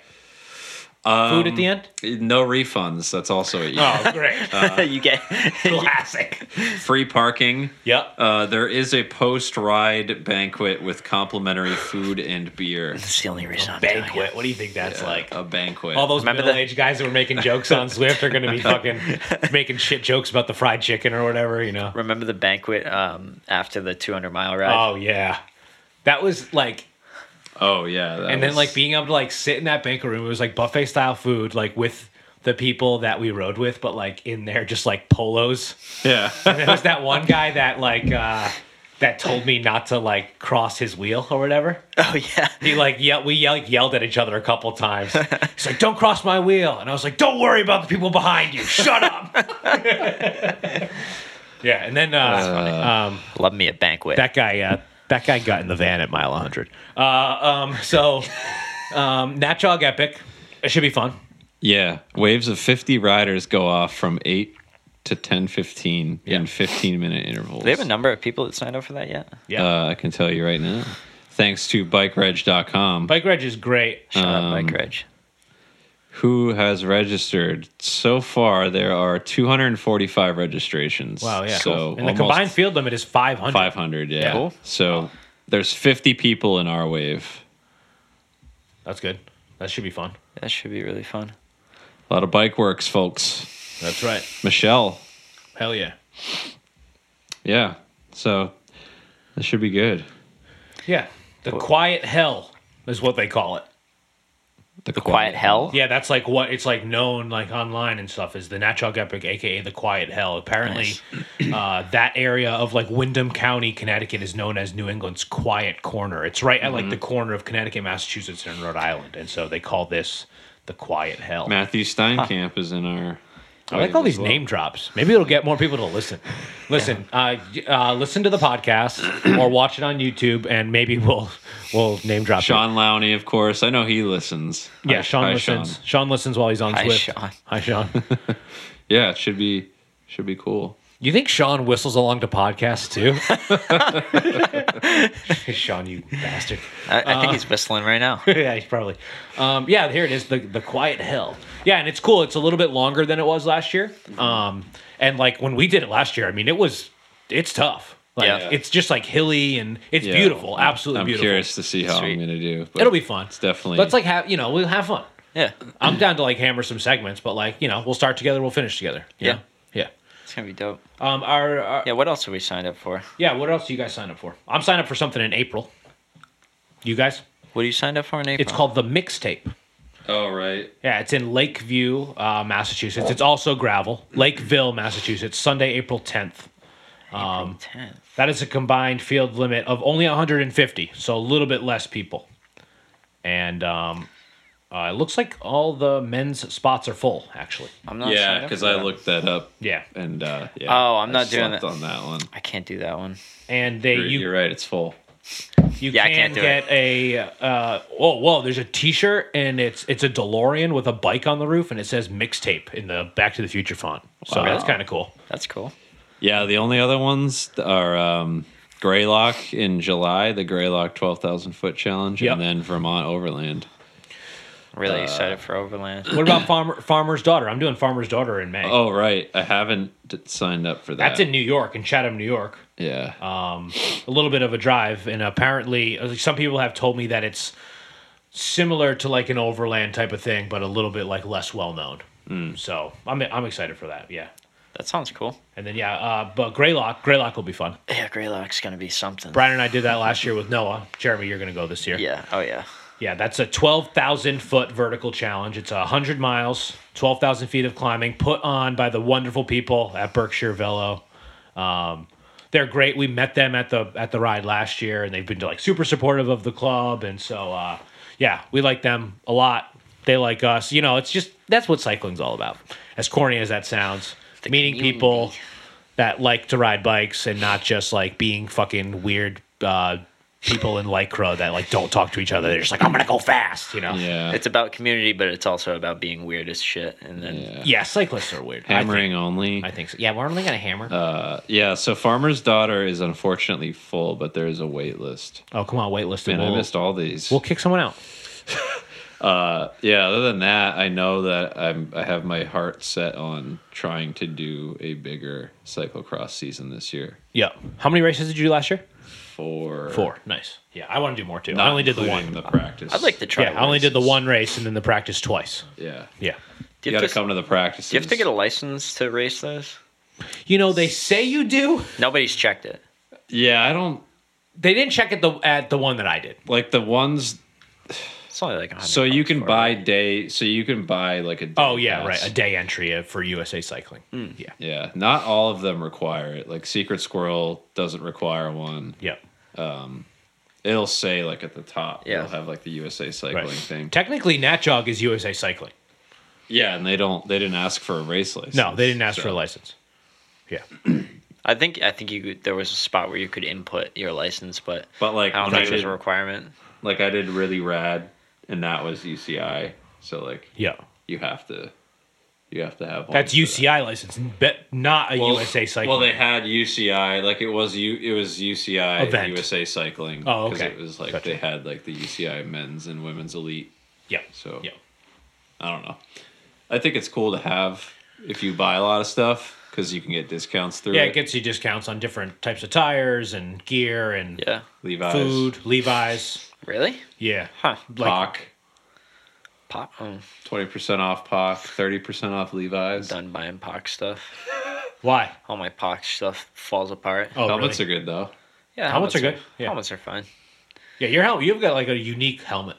B: Food at the end.
D: No refunds. That's also it.
B: Oh, great!
C: you get
B: Classic.
D: Free parking.
B: Yep.
D: Uh, there is a post ride banquet with complimentary food and beer.
C: It's the only reason I'm doing it.
B: Banquet. What do you think that's like?
D: a banquet.
B: All those
C: Remember the-
B: middle-aged guys that were making jokes on Swift are going to be fucking making shit jokes about the fried chicken or whatever, you know.
C: Remember the banquet um, after the 200 mile ride?
B: Oh yeah, that was like
D: oh yeah. that
B: and
D: was-
B: then like being able to like sit in that banquet room it was like buffet style food like with the people that we rode with but like in there just like polos
D: yeah.
B: and there was that one guy that like uh that told me not to like cross his wheel or whatever
C: Oh, yeah.
B: he like yeah we yell, yelled at each other a couple times he's like don't cross my wheel and i was like don't worry about the people behind you shut up yeah and then uh,
C: Love me a banquet.
B: that guy uh, that guy got in the van at mile 100 uh, um, so um, Nat Jog epic it should be fun
D: yeah. Waves of 50 riders go off from 8 to 10 15 in 15 minute intervals.
C: Do they have a number of people that signed up for that yet?
B: yeah
D: Uh, I can tell you right now. Thanks to bikereg.com,
B: bike reg is great
C: Shout out Mike
D: Um,
C: Reg.
D: who has registered. So far, there are 245 registrations.
B: wow yeah
D: So
B: and the
D: almost
B: combined field limit is 500
D: 500. Yeah.
B: Cool.
D: So there's 50 people in our wave.
B: that's good that should be fun
C: That should be really fun.
D: A lot of bike works, folks.
B: that's right
D: Michelle.
B: hell yeah
D: Yeah. So that should be good.
B: yeah the quiet hell is what they call it
D: The,
C: Quiet Hell.
B: Yeah, that's like what it's like known like online and stuff is the Natchog Epic, aka the Quiet Hell. Apparently, uh, that area of like Wyndham County, Connecticut, is known as New England's Quiet Corner. It's right at like the corner of Connecticut, Massachusetts, and Rhode Island, and so they call this the Quiet Hell.
D: Matthew Steinkamp is in our.
B: I like all these name drops. Maybe it'll get more people to listen. Listen, uh, y- uh, listen to the podcast or watch it on YouTube, and maybe we'll we'll name drop. it.
D: Sean Lowney, of course. I know he listens.
B: yeah,
D: Hi-
B: Sean
D: hi,
B: listens. Sean. listens while he's on
C: Hi,
B: Swift.
C: Sean.
B: Hi, Sean.
D: Yeah, it should be should be cool.
B: You think Sean whistles along to podcasts too? Sean, you bastard.
C: I, I
B: Uh,
C: think he's whistling right now.
B: yeah, he's probably. Um, yeah, here it is, the the Quiet Hell. Yeah, and it's cool. It's a little bit longer than it was last year.
D: Mm-hmm.
B: Um, and like when we did it last year, I mean, it was it's tough. Like
C: Yeah.
B: it's just like hilly and it's
D: Yeah.
B: beautiful, absolutely
D: I'm
B: beautiful.
D: curious to see how
C: Sweet.
D: I'm gonna do. but
B: It'll be fun.
D: It's definitely.
B: Let's like have you know we'll have fun.
C: Yeah,
B: I'm down to like hammer some segments, but like you know we'll start together, we'll finish together. you
C: Yeah.
B: know? yeah.
C: it's gonna be dope.
B: Um, our, our
C: Yeah, what else are we signed up for?
B: Yeah, what else do you guys sign up for? I'm signed up for something in April. You guys?
C: What are you signed up for in April?
B: It's called The Mixtape.
D: oh right.
B: Yeah, it's in Lakeview, uh, Massachusetts. It's also gravel. Lakeville, Massachusetts, Sunday, April 10th.
C: April 10th.
B: That is a combined field limit of only 150, so a little bit less people. And um, uh, it looks like all the men's spots are full, actually.
C: I'm not.
D: yeah,
C: signed up
D: because
C: for
D: I
C: that.
D: looked that up.
B: Yeah.
D: And uh, yeah.
C: Oh, I'm
D: I
C: not doing
D: slept
C: that.
D: on that one.
C: I can't do that one.
B: And they
D: You're,
B: you
D: you're right. It's full.
B: You
C: Yeah, I
B: can
C: can't do
B: get a uh, oh whoa! There's a T-shirt and it's it's a DeLorean with a bike on the roof and it says mixtape in the Back to the Future font. So
D: Wow.
B: that's kind of cool.
C: That's cool.
D: Yeah, the only other ones are um, Greylock in July, the Greylock 12,000 foot challenge,
B: Yep.
D: and then Vermont Overland.
C: Really excited for Overland.
B: What about Farmer Farmer's Daughter? I'm doing Farmer's Daughter in May.
D: Oh, right. I haven't d- signed up for that.
B: that's Ah. in New York in Chatham, New York.
D: Yeah.
B: A little bit of a drive, and apparently uh, some people have told me that it's similar to like an overland type of thing, but a little bit like less well known.
C: Hmm.
B: So I'm I'm excited for that. Yeah.
C: That sounds cool.
B: And then yeah, uh, but Greylock, Greylock will be fun.
C: Yeah, Greylock's gonna be something.
B: Brian and I did that last year with Noah. Jeremy, you're going to go this year.
C: Yeah. Oh yeah.
B: Yeah, that's a 12,000 foot vertical challenge. It's 100 miles, 12,000 feet of climbing, put on by the wonderful people at Berkshire Velo. Um, they're great. We met them at the at the ride last year, and they've been like super supportive of the club. And so, uh, yeah, we like them a lot. They like us. You know, it's just that's what cycling's all about. As corny as that sounds, meeting
C: community.
B: people that like to ride bikes and not just like being fucking weird uh, people in lycra that like don't talk to each other. They're just like, I'm gonna go fast, you know.
D: yeah.
C: It's about community, but it's also about being weird as shit. And then
B: Yeah, cyclists are weird.
D: Hammering Uh, only.
B: I think, I think so. Yeah, we're only gonna hammer.
D: yeah, so Farmer's Daughter is unfortunately full, but there is a wait list.
B: oh come on, wait list.
D: Man,
B: we'll,
D: I missed all these.
B: we'll kick someone out.
D: yeah, other than that, I know that I'm I have my heart set on trying to do a bigger cyclocross season this year.
B: Yeah. How many races did you do last year?
D: For
B: Four. Nice. Yeah, I want to do more too.
D: Not
B: I only did the
D: including
B: one.
D: The practice.
C: I'd like to try.
B: yeah, I only did the
C: races.
B: one race and then the practice twice.
D: Yeah.
B: Yeah.
C: Do
D: You
C: you,
D: got to
C: have to,
D: come to the practices.
C: do you have to get a license to race those?
B: You know they say you do.
C: Nobody's checked it.
D: Yeah, I don't
B: They didn't check at the at the one that I did.
D: like the ones.
C: It's only like 100
D: So you
C: bucks
D: can
C: for it.
D: buy day. So you can buy like a. Day
B: Oh yeah,
D: pass.
B: right. A day entry uh, for USA Cycling. Yeah.
D: Yeah, not all of them require it. Like Secret Squirrel doesn't require one.
B: Yeah.
D: It'll say like at the top.
C: Yeah.
D: It'll have like the USA Cycling
B: Right.
D: thing.
B: Technically, Nat Jog is USA Cycling.
D: Yeah, and they don't. They didn't ask for a race license.
B: No, they didn't ask for a
D: so-
B: license. Yeah.
C: I think I think you could- there was a spot where you could input your license, but
D: But like
C: I don't
D: when I
C: think there's
D: did,
C: a requirement.
D: like I did really rad, and that was UCI. So like
B: Yeah.
D: you have to, you have to have one.
B: That's
D: for that.
B: UCI license, but not a USA Cycling.
D: Well, they had UCI, like it was U, it was UCI and
B: Event.
D: USA Cycling.
B: Oh,
D: 'cause
B: okay.
D: It was like
B: Gotcha.
D: they had like the UCI men's and women's elite.
B: yeah.
D: So
B: Yeah.
D: I don't know. I think it's cool to have if you buy a lot of stuff because you can get discounts through
B: Yeah,
D: it.
B: it gets you discounts on different types of tires and gear and
C: Yeah.
D: Levi's,
B: food, Levi's.
C: Really?
B: Yeah.
C: Huh.
B: Like-
D: POC,
C: Pop. Oh,
D: twenty percent off POC, thirty percent off Levi's.
C: done buying Pox stuff.
B: Why?
C: All my Pox stuff falls apart.
B: Oh,
D: Helmets
B: really?
D: are good though.
C: yeah.
B: helmets are good, yeah.
C: Helmets are fine.
B: yeah, your helmet. You've got like a unique helmet.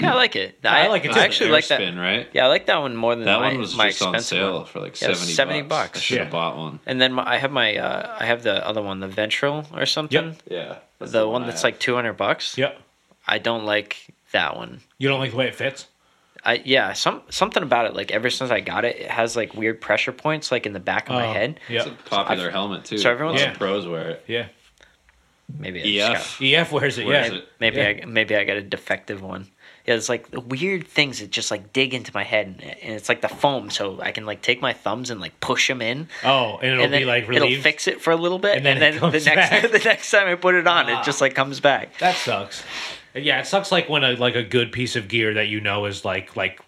C: Yeah, I like it.
B: I
C: I,
B: like it
C: I
B: too.
C: actually like that.
D: Spin, right?
C: Yeah, I like that one more than
D: That
C: my,
D: one was
C: my
D: just on
C: expensive
D: sale
C: one.
D: for like
C: Yeah, it was
D: 70,
C: 70
D: bucks. I
C: bucks.
D: should have
B: Yeah.
D: bought one.
C: And then my, I have my uh, I have the other one, the Ventral or something.
D: Yeah. that's
C: The, one
D: I
C: that's
D: have.
C: like 200 bucks.
B: Yep.
C: I don't like that one.
B: You don't like the way it fits?
C: I yeah, some something about it. Like ever since I got it, it has like weird pressure points, like in the back of my
B: Oh,
C: head.
B: Yeah.
D: It's a popular helmet too.
C: so everyone's-
D: A lot of
B: Yeah.
D: pros wear it.
B: Yeah.
C: Maybe it's
D: EF.
B: EF wears it.
D: Where
B: yeah.
D: E is it?
C: Maybe
B: Yeah.
C: I maybe I got a defective one. Yeah, it's like the weird things that just like dig into my head, and, and it's like the foam, so I can like take my thumbs and like push them in,
B: Oh, and it'll
C: and then
B: be like
C: it'll
B: relieved.
C: fix it for a little bit,
B: And
C: and
B: then
C: then,
B: it
C: the
B: comes back.
C: next the next time I put it on,
B: Ah.
C: it just like comes back.
B: that sucks. Yeah, it sucks like when a like a good piece of gear that you know is like like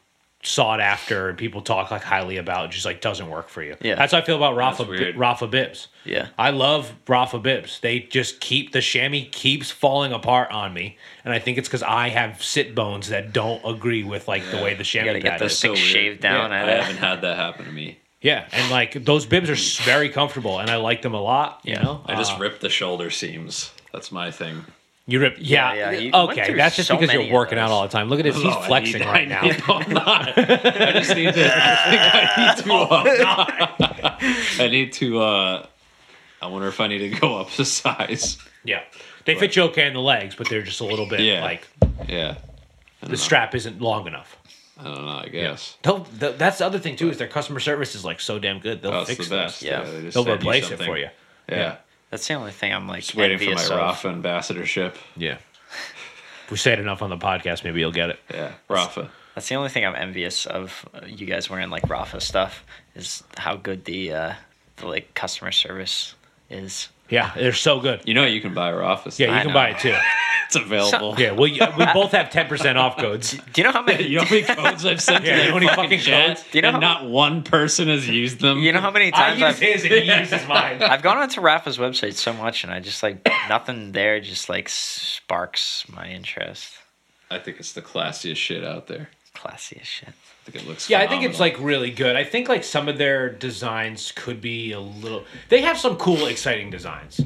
B: sought after and people talk like highly about it just like doesn't work for you.
C: Yeah.
B: That's how I feel about Rafa
D: That's weird.
B: Rafa Bibbs.
C: Yeah.
B: I love Rafa Bibbs. They just keep the chamois keeps falling apart on me, and I think it's because I have sit bones that don't agree with like the way the
C: You
B: chamois
C: gotta get
B: pad
C: those
B: is.
D: so
C: things
D: weird.
C: shaved down.
D: I
C: out of
D: haven't had that happen to me.
B: Yeah, and like those bibs are s- very comfortable, and I like them a lot. You
C: Yeah.
B: know,
D: I just
B: Uh,
D: ripped the shoulder seams. That's my thing.
B: you rip. Yeah,
C: Yeah, yeah, you went
B: okay,
C: through
B: that's just
C: so
B: because
C: many
B: you're
C: of
B: working out
C: those.
B: all the time. Look at this, he's
D: Oh, I
B: flexing
D: need-
B: right
D: I
B: now.
D: need- no, I'm not. I just need to. I think I need to. uh, I need to. Uh, I wonder if I need to go up the size.
B: Yeah, they fit you okay in the legs, but they're just a little bit
D: Yeah.
B: like
D: Yeah.
B: the strap isn't long enough.
D: I don't know. I guess
B: No, th- that's the other thing too is their customer service is like so damn good. They'll
D: that's
B: fix
D: the best.
B: those.
C: Yeah.
D: they just
B: They'll
D: send you
B: replace it
D: something.
B: for you.
D: Yeah.
C: That's the only thing I'm like
D: Just waiting for my
C: envious of.
D: Rafa ambassadorship.
B: Yeah. If we say it enough on the podcast, maybe you'll get it.
D: Yeah, Rafa.
C: That's the only thing I'm envious of. uh, You guys wearing like Rafa stuff is how good the uh, the like customer service is.
B: Yeah, they're so good.
D: You know you can buy Rafa.
B: Yeah, you
C: I
B: can
C: know.
B: buy it too.
D: it's available.
B: Yeah, well, you- we both have ten percent off codes.
C: Do you know how many?
D: You know how many codes I've sent
B: Yeah,
D: to
B: you
D: that
B: know how many
D: fucking
B: fucking
D: chat,
B: codes?
C: Do you know
D: and
C: how-
D: not one person has used them.
C: You know how many
B: I
C: times
B: use
C: I've,
B: his and he uses mine.
C: I've gone onto Rafa's website so much, and I just like nothing there just like sparks my interest.
D: I think it's the classiest shit out there.
C: Classy as shit.
D: I think it looks.
B: Yeah, I think it's
D: phenomenal.
B: like really good. I think like some of their designs could be a little. They have some cool, exciting designs.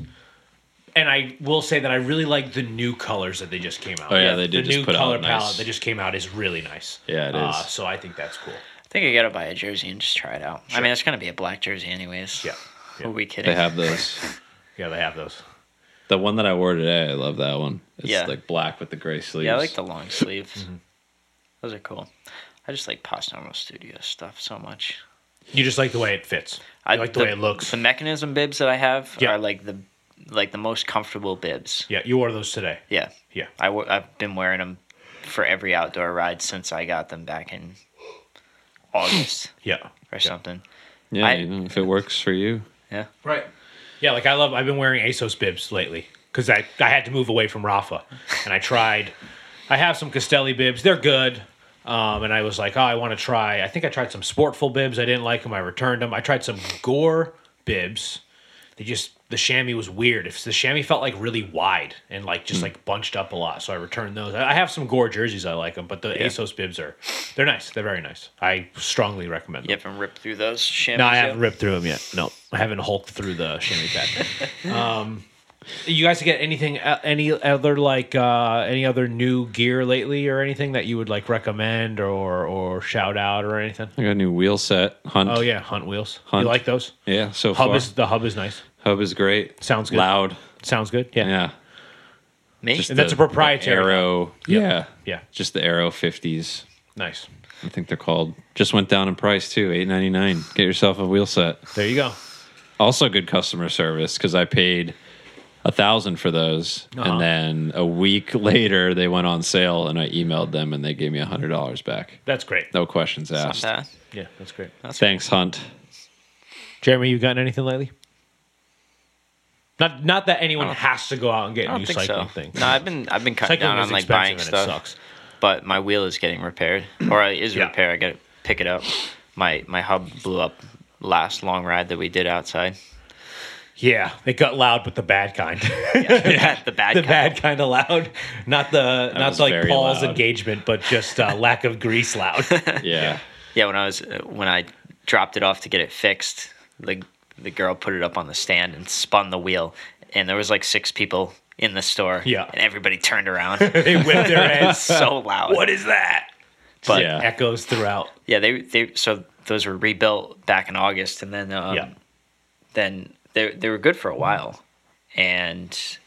B: And I will say that I really like the new colors that they just came out.
D: Oh, yeah,
B: with.
D: they did
B: The
D: just
B: new
D: put out
B: color
D: nice-
B: palette that just came out is really nice. Uh,
D: Yeah, it is.
B: so I think that's cool.
C: I think I gotta buy a jersey and just try it out. I mean, it's gonna be a black jersey anyways.
B: Yeah,
C: Who are we kidding?
D: they have those.
B: yeah, they have those.
D: The one that I wore today, I love that one. It's
C: Yeah.
D: like black with the gray sleeves.
C: Yeah, I like the long sleeves.
B: Mm-hmm.
C: Those are cool. I just like Postnormal Studio stuff so much.
B: You just like the way it fits. I
C: I
B: like the, way it looks.
C: The mechanism bibs that I have
B: Yeah.
C: are like the like the most comfortable bibs.
B: yeah, you wore those today.
C: Yeah,
B: Yeah,
C: I w- I've been wearing them for every outdoor ride since I got them back in August
B: yeah,
C: or something.
D: yeah,
C: I-
D: you know, if it works for you.
C: Yeah,
B: right. Yeah, like I love. I've been wearing ASOS bibs lately because I I had to move away from Rafa, and I tried. I have some Castelli bibs. They're good. Um, and I was like, oh, I want to try. I think I tried some Sportful bibs. I didn't like them. I returned them. I tried some Gore bibs. They just the chamois was weird. If the chamois felt like really wide and like just like bunched up a lot, so I returned those. I I have some Gore jerseys. I like them, but the ASOS bibs are they're nice. They're very nice. I strongly recommend them.
C: you haven't ripped through those. Shams
B: No, I
C: yet?
B: haven't ripped through them yet. No, I haven't hulked through the chamois pad. um, you guys get anything, uh, any other like uh, any other new gear lately, or anything that you would like recommend or or shout out or anything?
D: I got a new wheel set. Hunt.
B: Oh yeah, hunt wheels.
D: Hunt.
B: You like those?
D: Yeah, so
B: Hub
D: far.
B: is the hub is nice.
D: Hub is great.
B: Sounds good.
D: Loud.
B: Sounds good. Yeah,
D: Yeah.
C: Me?
D: Just
B: And that's a proprietary
D: the arrow. Yeah.
B: Yeah.
D: Just the arrow fifties.
B: nice.
D: I think they're called. Just went down in price too, eight ninety nine. Get yourself a wheel set.
B: There you go.
D: Also good customer service because I paid a thousand for those,
B: Uh-huh.
D: and then a week later they went on sale, and I emailed them, and they gave me a hundred dollars back.
B: That's great.
D: No questions
C: Not
D: asked.
C: bad.
B: Yeah, that's great.
D: Thanks, Hunt.
B: Jeremy, you gotten anything lately? Not not that anyone has to go out and get
C: I
B: a
C: don't
B: new
C: think
B: cycling
C: so.
B: thing.
C: No, I've been I've been cutting
B: Cycling
C: down
B: is
C: on like
B: expensive
C: buying
B: and
C: stuff.
B: it sucks.
C: but my wheel is getting repaired or it is
B: Yeah.
C: repaired. I got to pick it up. My my hub blew up last long ride that we did outside.
B: Yeah, it got loud, but the bad kind.
C: Yeah, the bad
B: the
C: kind.
B: bad kind of loud, not the not
D: was
B: like
D: very
B: Paul's
D: loud.
B: engagement, but just uh, lack of grease loud.
D: Yeah.
C: Yeah, when I was uh, when I dropped it off to get it fixed, the the girl put it up on the stand and spun the wheel, and there was like six people in the store.
B: Yeah.
C: And everybody turned around.
B: They whip their heads.
C: so loud.
B: what is that? But
D: Yeah.
B: echoes throughout.
C: Yeah, they they so those were rebuilt back in August, and then um,
B: yeah.
C: then they they were good for a while, and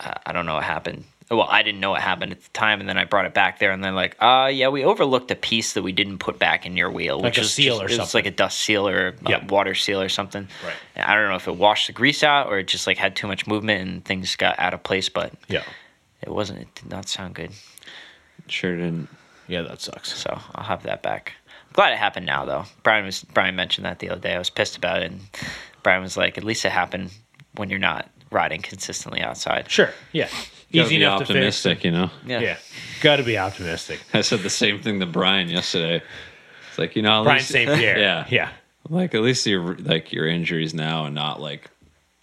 C: uh, I don't know what happened. Well, I didn't know what happened at the time, and then I brought it back there, and they're like, "Uh, yeah, we overlooked a piece that we didn't put back in your wheel,
B: Like
C: which
B: a
C: is
B: seal or
C: just, It's like a dust seal or a
B: Yep.
C: water seal or something.
B: Right.
C: And I don't know if it washed the grease out or it just like had too much movement and things got out of place, but
B: Yeah.
C: it wasn't. It did not sound good.
D: Sure didn't.
B: Yeah, that sucks.
C: So I'll have that back. I'm glad it happened now, though. Brian was Brian mentioned that the other day. I was pissed about it, and Brian was like, "At least it happened when you're not riding consistently outside."
B: Sure. Yeah.
D: Gotta
B: Easy
D: be
B: enough
D: optimistic, you know.
B: to fix. Yeah. Got to be optimistic.
D: I said the same thing to Brian yesterday. It's like you know, at
B: Brian
D: least-
B: St. Pierre.
D: Yeah.
B: Yeah.
D: Like at least your like your injuries now and not like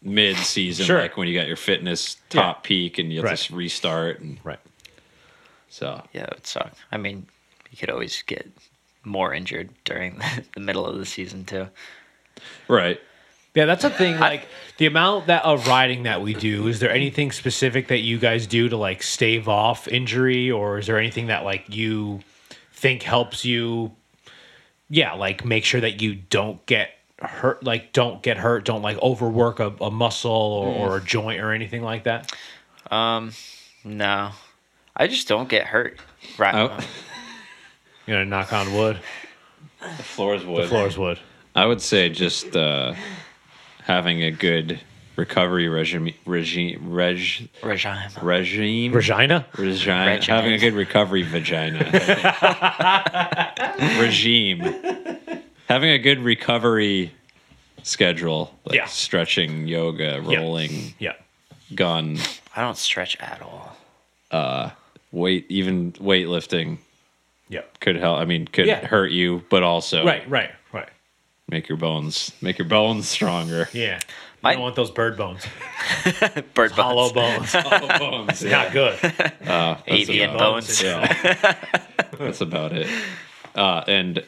D: mid season,
B: Sure.
D: like when you got your fitness top
B: Yeah.
D: peak and you have
B: Right.
D: to s- restart and
B: Right.
D: so
C: Yeah, it sucked. I mean, you could always get more injured during the, the middle of the season too.
D: right.
B: Yeah, that's a thing. Like the amount that of riding that we do. Is there anything specific that you guys do to like stave off injury, or is there anything that like you think helps you? Yeah, like make sure that you don't get hurt. Like don't get hurt. Don't like overwork a, a muscle or, or a joint or anything like that.
C: No, I just don't get hurt. Right.
B: Um,
D: I,
B: You know, knock on wood.
D: the floors would.
B: The floor's wood.
D: I would say just uh, having a good recovery regime, regime, reg,
C: Regime.
D: regime,
B: Regina.
D: Regina.
C: Regime.
D: Having a good recovery vagina. I think. regime. Having a good recovery schedule. Like
B: Yeah.
D: Stretching, yoga,
B: Yeah.
D: rolling,
B: Yeah.
D: gun,
C: I don't stretch at all.
D: weight, even weightlifting
B: Yeah.
D: could help. I mean, could
B: Yeah.
D: hurt you, but also
B: Right. Right. Right.
D: make your bones, make your bones stronger.
B: Yeah. I
C: My-
B: don't want those bird bones.
C: Bird
B: Hollow
C: bones.
B: bones.
D: Oh, bones. Yeah.
B: Not good.
D: That's
C: Avian
D: about-
C: bones.
D: Yeah. That's about it. Uh, and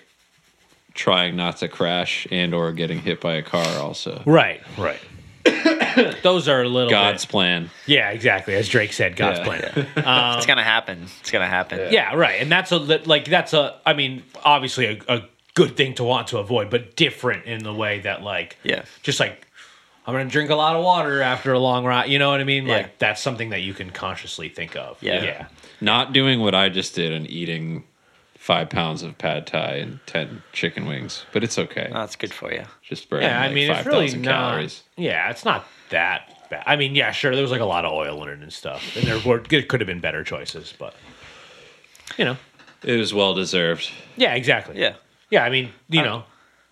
D: trying not to crash and or getting hit by a car also.
B: Right, right. Those are a little.
D: God's
B: bit-
D: plan.
B: yeah, exactly. As Drake said, God's
D: Yeah.
B: plan.
C: It's gonna happen. It's gonna happen.
B: Yeah, right. And that's a li- like that's a. I mean, obviously a, a good thing to want to avoid, but different in the way that like
C: Yeah.
B: just like I'm gonna drink a lot of water after a long ride. You know what I mean?
C: Yeah.
B: Like that's something that you can consciously think of.
C: Yeah.
B: yeah,
D: Not doing what I just did and eating five pounds of pad thai and ten chicken wings. But it's okay.
C: No, it's good for you.
D: just burning
B: yeah. I
D: like
B: mean, it's
D: five
B: really
D: thousand
B: not.
D: calories.
B: Yeah, it's not that bad. I mean, yeah, sure. There was like a lot of oil in it and stuff, and there were it could have been better choices, but you know.
D: It was well deserved.
B: Yeah, exactly.
C: Yeah.
B: Yeah, I mean, you know,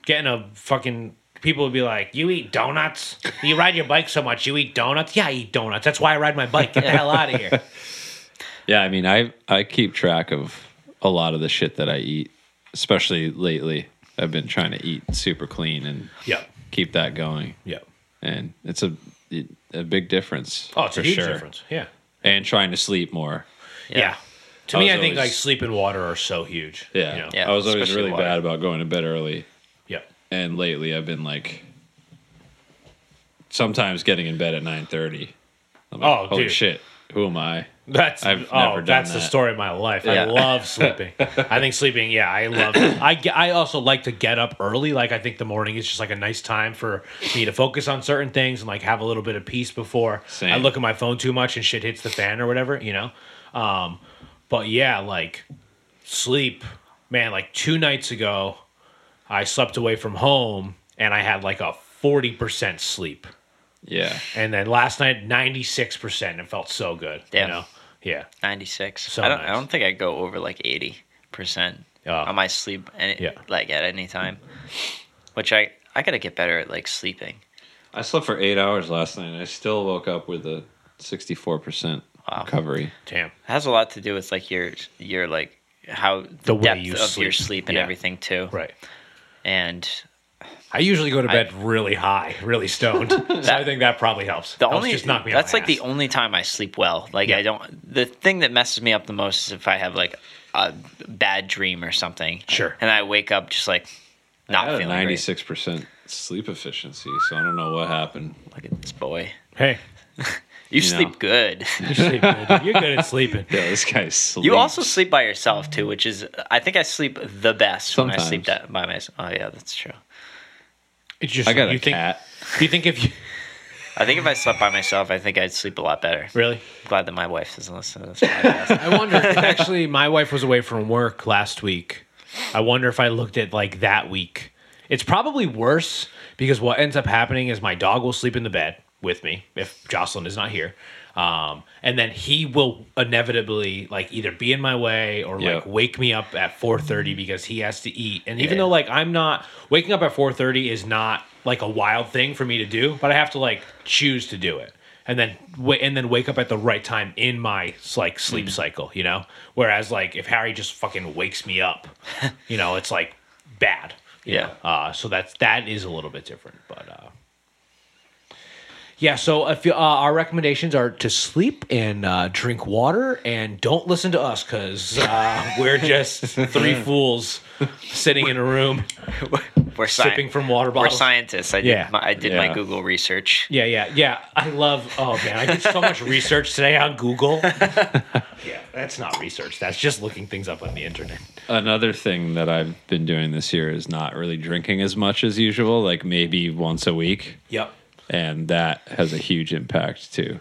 B: getting a fucking people would be like, "You eat donuts? You ride your bike so much? You eat donuts? Yeah, I eat donuts. That's why I ride my bike. Get the hell out of here."
D: Yeah, I mean I I keep track of a lot of the shit that I eat, especially lately. I've been trying to eat super clean and
B: Yep.
D: keep that going.
B: Yep.
D: and it's a a big difference.
B: Oh, it's a
D: for
B: huge
D: sure.
B: difference. Yeah.
D: And trying to sleep more.
B: Yeah. To
D: I
B: me,
D: was
B: I think
D: always-
B: like sleep and water are so huge.
D: Yeah,
B: You know?
C: Yeah,
D: I was always
C: especially
D: really
C: water.
D: bad about going to bed early,
B: Yep.
D: and lately I've been like sometimes getting in bed at nine thirty.
B: Oh,
D: Holy
B: dude.
D: shit! Who am I?
B: That's
D: I've
B: oh,
D: never done
B: that's the
D: that.
B: story of my life. I
C: Yeah.
B: love sleeping. I think sleeping, yeah, I love. I ge- I also like to get up early. Like I think the morning is just like a nice time for me to focus on certain things and like have a little bit of peace before I
D: Same.
B: look at my phone too much and shit hits the fan or whatever, you know. Um, but yeah, like sleep, man. Like two nights ago, I slept away from home and I had like a forty percent sleep.
D: Yeah,
B: And then last night, ninety six percent. It felt so good.
C: Yeah.
B: You know? Yeah.
C: 96.
B: So
C: I don't
B: nice.
C: I don't think I go over like 80%
B: Oh.
C: on my sleep any,
B: Yeah.
C: like at any time. Which I I got to get better at like sleeping.
D: I slept for eight hours last night, and I still woke up with a sixty-four percent
C: Wow.
D: recovery.
B: Damn.
C: It has a lot to do with like your your like how the,
B: The way
C: depth
B: you
C: of your
B: sleep.
C: sleep and
B: Yeah.
C: everything too.
B: Right.
C: And
B: I usually go to bed really high, really stoned. so I think that probably helps.
C: the
B: Helps
C: only
B: just knock me
C: that's
B: out my
C: like the
B: ass.
C: only time I sleep well. Like
B: Yeah.
C: I don't the thing that messes me up the most is if I have like a bad dream or something.
B: Sure.
C: And I wake up just like not
D: I had a
C: feeling great.
D: ninety-six percent sleep efficiency, so I don't know what happened.
C: Look at this boy.
B: hey.
C: You,
D: know.
C: sleep good.
B: You're sleeping, dude. You're good at sleeping.
D: Yeah, this guy's sleep.
C: You also sleep by yourself too, which is I think I sleep the best when I sleep
D: Sometimes.
C: that- by myself. Oh yeah, that's true.
B: It's just
D: I got
B: you
D: a
B: think,
D: cat.
B: You think if you
C: I think if I slept by myself, I think I'd sleep a lot better.
B: really?
C: glad that my wife doesn't listen to this podcast.
B: I wonder. actually, my wife was away from work last week. I wonder if I looked at like that week. It's probably worse because what ends up happening is my dog will sleep in the bed with me if Jocelyn is not here. Um, and then he will inevitably like either be in my way or
D: Yeah.
B: like wake me up at 4.30 because he has to eat. And even
C: Yeah.
B: though like I'm not waking up at 4.30 is not like a wild thing for me to do, but I have to like choose to do it. And then wa- and then wake up at the right time in my like sleep
C: Hmm.
B: cycle, you know? Whereas like if Harry just fucking wakes me up, you know, it's like bad. you
C: Yeah.
B: know? Uh so that's that is a little bit different, but uh yeah, so if you, uh, our recommendations are to sleep and uh, drink water and don't listen to us because uh, we're just three fools sitting in a room sipping
C: We're scientists.
B: from water
C: We're
B: bottles.
C: scientists. I did.
B: Yeah.
C: My, I did
D: Yeah.
C: my Google research.
B: yeah, yeah, yeah. I love. Oh man, I did so much research today on Google. yeah, that's not research. That's just looking things up on the internet.
D: Another thing that I've been doing this year is not really drinking as much as usual, like maybe once a week,
B: Yep.
D: and that has a huge impact too.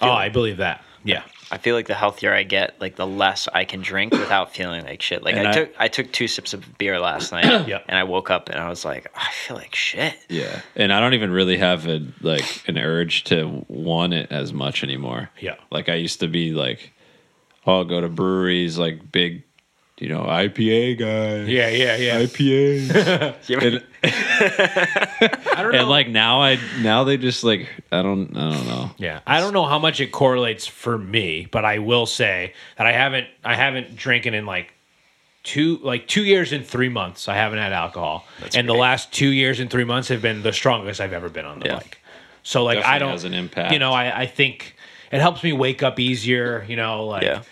B: Oh, I believe that. Yeah.
C: I feel like the healthier I get, like the less I can drink without feeling like shit. Like
D: And
C: I,
D: I-
C: took I took two sips of beer last night,
B: Yep.
C: and I woke up and I was like, I feel like shit.
D: Yeah, and I don't even really have a like an urge to want it as much anymore.
B: Yeah.
D: like I used to be like, oh, I'll go to breweries, like big, you know, IPA guy.
B: Yeah, yeah, yeah.
D: IPAs.
C: You ever-
D: and,
B: I don't know.
D: and like now, I now they just like I don't I don't know.
B: Yeah, I don't know how much it correlates for me, but I will say that I haven't I haven't drinking in like two like two years and three months. I haven't had alcohol, and the
C: great.
B: last two years and three months have been the strongest I've ever been on the
D: Yeah.
B: bike. So like I
D: Definitely
B: don't
D: has an impact.
B: You know, I I think it helps me wake up easier. You know, like
C: Yeah.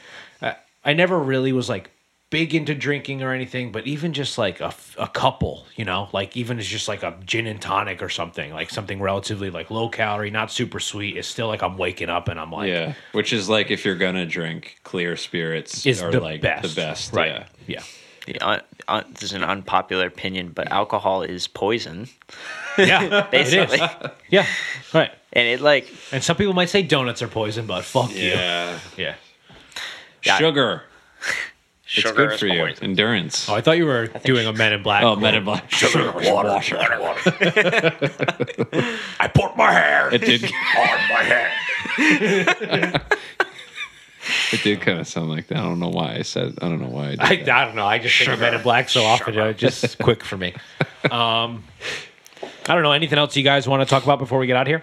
B: I, I never really was like big into drinking or anything, but even just like a, f- a couple, you know, like even as just like a gin and tonic or something, like something relatively like low calorie, not super sweet. It's still like I'm waking up and I'm like,
D: Yeah, which is like if you're gonna drink clear spirits
B: is
D: are
B: the
D: like
B: best,
D: the best,
B: right?
D: Yeah.
B: yeah.
C: the un- un- Uh, this is an unpopular opinion, but alcohol is poison,
B: Yeah, it is.
C: basically.
B: Yeah, right.
C: and it like
B: And some people might say donuts are poison, but fuck
D: Yeah.
B: you. Yeah.
C: Yeah.
D: Sugar.
C: sugar
D: it's good
C: is
D: for you.
C: poison.
D: Endurance.
B: Oh, I thought you were doing a Men in Black.
D: Oh, Men in Black. Sugar, water, water,
F: I put my hair
D: It did.
F: on my head.
D: It did kind of sound like that. I don't know why I said. I don't know why. I did
B: I, I
D: that.
B: don't know. I just think of Men in Black so often. uh, just quick for me. Um, I don't know. Anything else you guys want to talk about before we get out of here?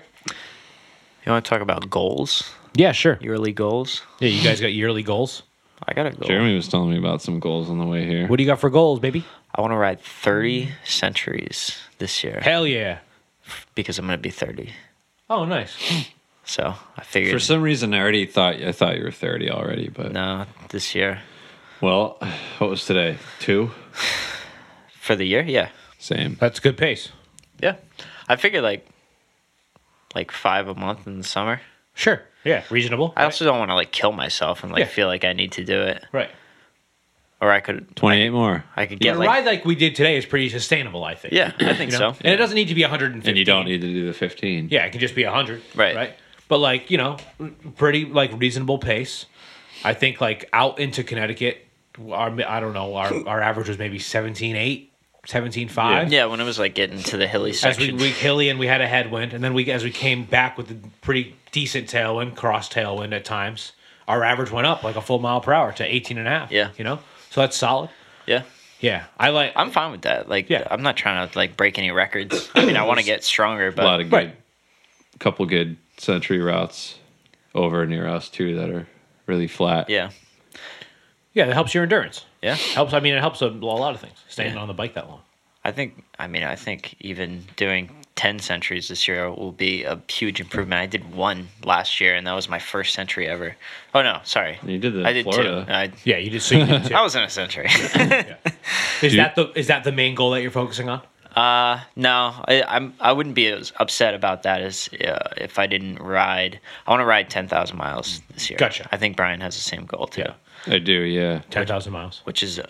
C: You want to talk about goals?
B: Yeah, sure.
C: Yearly goals?
B: Yeah, you guys got yearly goals.
C: I got a goal.
D: Jeremy was telling me about some goals on the way here.
B: What do you got for goals, baby?
C: I want to ride 30 centuries this year
B: Hell yeah.
C: because I'm going to be 30.
B: Oh, nice.
C: So I figured.
D: For some reason, I already thought I thought you were thirty already, but
C: No, this year.
D: well, what was today? Two.
C: For the year? Yeah.
D: Same.
B: That's good pace.
C: Yeah. I figured like like five a month in the summer.
B: Sure. Yeah. Reasonable.
C: I also don't want to like kill myself and like
B: Yeah.
C: feel like I need to do it.
B: right.
C: Or I could
D: Twenty-eight more.
C: I could
B: Yeah,
C: get
B: a
C: like
B: ride like we did today is pretty sustainable, I think.
C: Yeah, I think
B: You know?
C: so.
B: And it doesn't need to be 150.
D: And you don't need to do the fifteen.
B: Yeah, it can just be 100.
C: Right.
B: Right. But like, you know, pretty like reasonable pace. I think like out into Connecticut, our I don't know, our, our average was maybe 17.8, 17.5.
C: Yeah, when it was like getting to the hilly
B: as we,
C: section.
B: we hilly and we had a headwind, and then we as we came back with a pretty decent tailwind, cross tailwind at times, our average went up like a full mile per hour to 18 and a half.
C: Yeah.
B: You know? So that's solid.
C: yeah.
B: Yeah. I like
C: I'm fine with that. Like
B: Yeah.
C: I'm not trying to like break any records. I mean, I want to get stronger,
D: a lot
C: but
D: of good,
B: Right.
D: couple good century routes over near us too that are really flat.
C: yeah.
B: yeah, that helps your endurance.
C: Yeah.
B: Helps I mean it helps a, lot of things. Staying
C: Yeah.
B: on the bike that long.
C: I think I mean I think even doing 10 centuries this year will be a huge improvement. I did one last year and that was my first century ever. Oh no, sorry.
D: You did the
C: I did
D: Florida.
C: two. I,
B: Yeah, you just so you did too.
C: I was in a century.
B: Is
D: You-
B: that the is that the main goal that you're focusing on?
C: Uh, no, I, I'm. I wouldn't be as upset about that as uh, if I didn't ride. I want to ride ten thousand miles this year.
B: Gotcha.
C: I think Brian has the same goal too,
B: Yeah.
D: I do, yeah.
B: Ten thousand miles.
C: which is uh,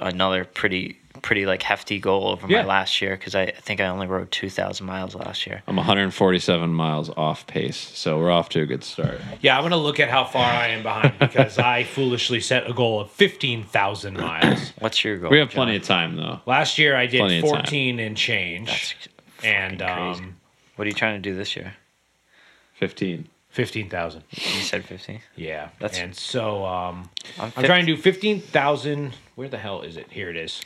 C: another pretty pretty like hefty goal over
B: Yeah.
C: my last year because I, I think I only rode two thousand miles last year.
D: I'm 147 miles off pace, so we're off to a good start.
B: Yeah, I'm gonna look at how far I am behind because I foolishly set a goal of fifteen thousand miles.
C: What's your goal?
D: We have
C: John?
D: plenty of time, though.
B: Last year I did
D: Plenty of time.
B: fourteen and change,
C: That's
B: and
C: crazy.
B: um,
C: What are you trying to do this year?
D: 15.
B: fifteen thousand.
C: You said fifty.
B: Yeah,
C: That's-
B: and so um,
C: I'm,
B: I'm trying to do 15,000. Where the hell is it? Here it is.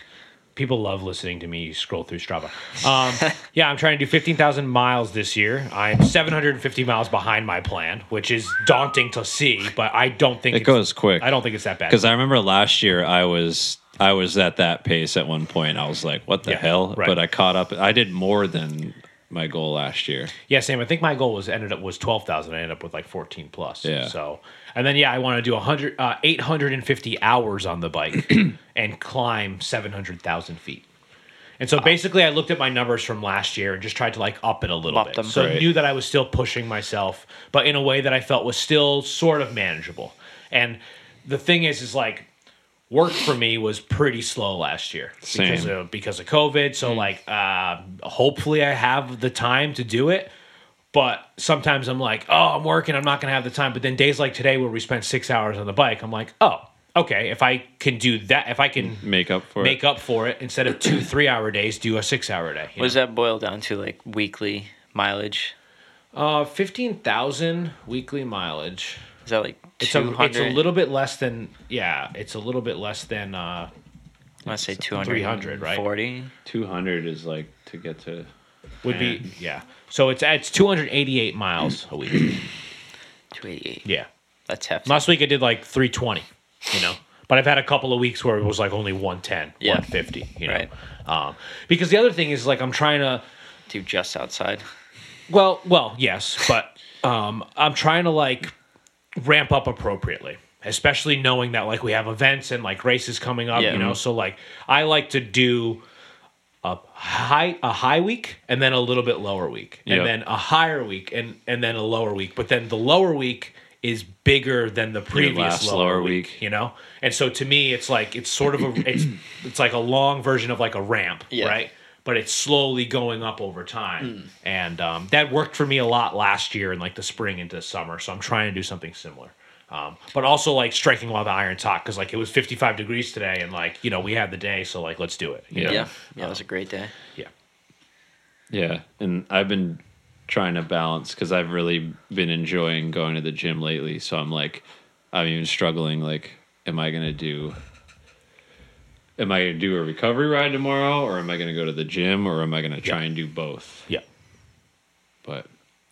B: People love listening to me scroll through Strava. Um, yeah, I'm trying to do 15,000 miles this year. I'm 750 miles behind my plan, which is daunting to see, but I don't think
D: It goes quick.
B: I don't think it's that bad.
D: Because I remember last year, I was I was at that pace at one point. I was like, "What the
B: Yeah,
D: hell?"
B: right.
D: But I caught up. I did more than my goal last year.
B: Yeah, Sam. I think my goal was ended up was twelve thousand. I ended up with like fourteen plus.
D: Yeah.
B: So, and then yeah, I want to do a hundred, uh, eight hundred and fifty hours on the bike, and climb seven hundred thousand feet. And so basically, I looked at my numbers from last year and just tried to like up it a little
C: Up
B: bit.
C: them.
B: So I
D: Right.
B: knew that I was still pushing myself, but in a way that I felt was still sort of manageable. And the thing is, is like work for me was pretty slow last year because
D: Same. Mm.
B: of because of COVID. So like, uh, hopefully, I have the time to do it. But sometimes I'm like, oh, I'm working, I'm not gonna have the time. But then days like today, where we spent six hours on the bike, I'm like, oh, okay, if I can do that, if I can
D: Make up for
B: make
D: it.
B: up for it instead of two three hour days, do a six hour day. you
C: What does
B: know?
C: that boil down to? Like weekly mileage?
B: Uh, fifteen thousand weekly mileage.
C: Is that like
B: It's a, it's a
C: 200?
B: little bit less than yeah. It's a little bit less than uh,
C: I want to say 200.
B: 300, right?
C: 40.
D: Two hundred is like to get to.
B: would be yeah. So it's it's two hundred eighty eight miles a week.
C: 288.
B: Yeah.
C: That's hefty.
B: Last week I did like 320, you know. But I've had a couple of weeks where it was like only 110,
C: Yeah.
B: 150, you know.
C: Right.
B: Um, because the other thing is like I'm trying to
C: Do just outside.
B: well, well, yes, but um, I'm trying to like ramp up appropriately, especially knowing that like we have events and like races coming up,
C: Yeah.
B: you know. So like I like to do a high a high week and then a little bit lower week and
D: Yep.
B: then a higher week and and then a lower week, but then the lower week is bigger than the previous
D: last
B: lower,
D: lower
B: week,
D: week.
B: you know. And so to me, it's like it's sort of a it's it's like a long version of like a ramp,
C: Yeah.
B: right? but it's slowly going up over time.
C: Hmm.
B: And um, that worked for me a lot last year in like the spring into summer. So I'm trying to do something similar. Um, but also like striking while the iron's hot because like it was 55 degrees today and like you know we had the day so like let's do it you
C: Yeah.
B: know?
C: Yeah. it was a great day.
B: yeah
D: Yeah, and I've been trying to balance because I've really been enjoying going to the gym lately. So I'm like, I'm even struggling. Like, am I gonna do? Am I gonna do a recovery ride tomorrow, or am I gonna go to the gym, or am I gonna try and do both?
B: yeah
D: But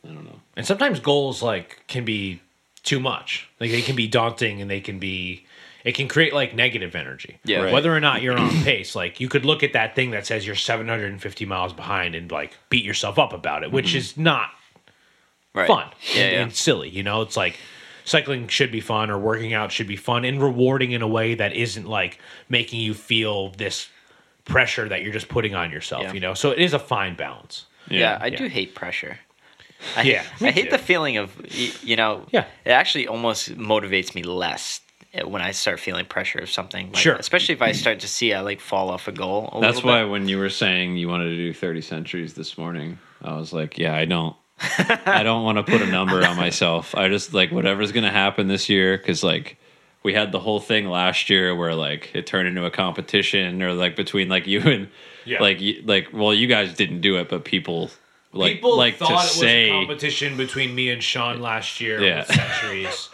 D: I don't know.
B: and sometimes goals like can be too much like they can be daunting and they can be it can create like negative energy
C: Yeah. Right.
B: whether or not you're on pace like you could look at that thing that says you're 750 miles behind and like beat yourself up about it which
C: Mm-hmm.
B: is not
C: Right.
B: fun
C: Yeah.
B: and,
C: yeah.
B: and silly. You know, it's like cycling should be fun or working out should be fun and rewarding in a way that isn't like making you feel this pressure that you're just putting on yourself,
C: Yeah.
B: you know? So it is a fine balance.
C: yeah, I
B: yeah.
C: do hate pressure. I,
B: Yeah, me
C: I hate
B: too.
C: the feeling of, y- you know,
B: Yeah.
C: it actually almost motivates me less eh, when I start feeling pressure of something. Like,
B: Sure.
C: Especially if I start to see I like fall off a goal. A
D: That's
C: little
D: why
C: Bit.
D: when you were saying you wanted to do 30 centuries this morning, I was like, yeah, I don't. I don't want to put a number on myself. I just like whatever's going to happen this year cuz like we had the whole thing last year where like it turned into a competition or like between like you and
B: Yeah.
D: like you, like well you guys didn't do it but people like like to say
B: competition between me and Sean last year
D: Yeah. with
B: centuries.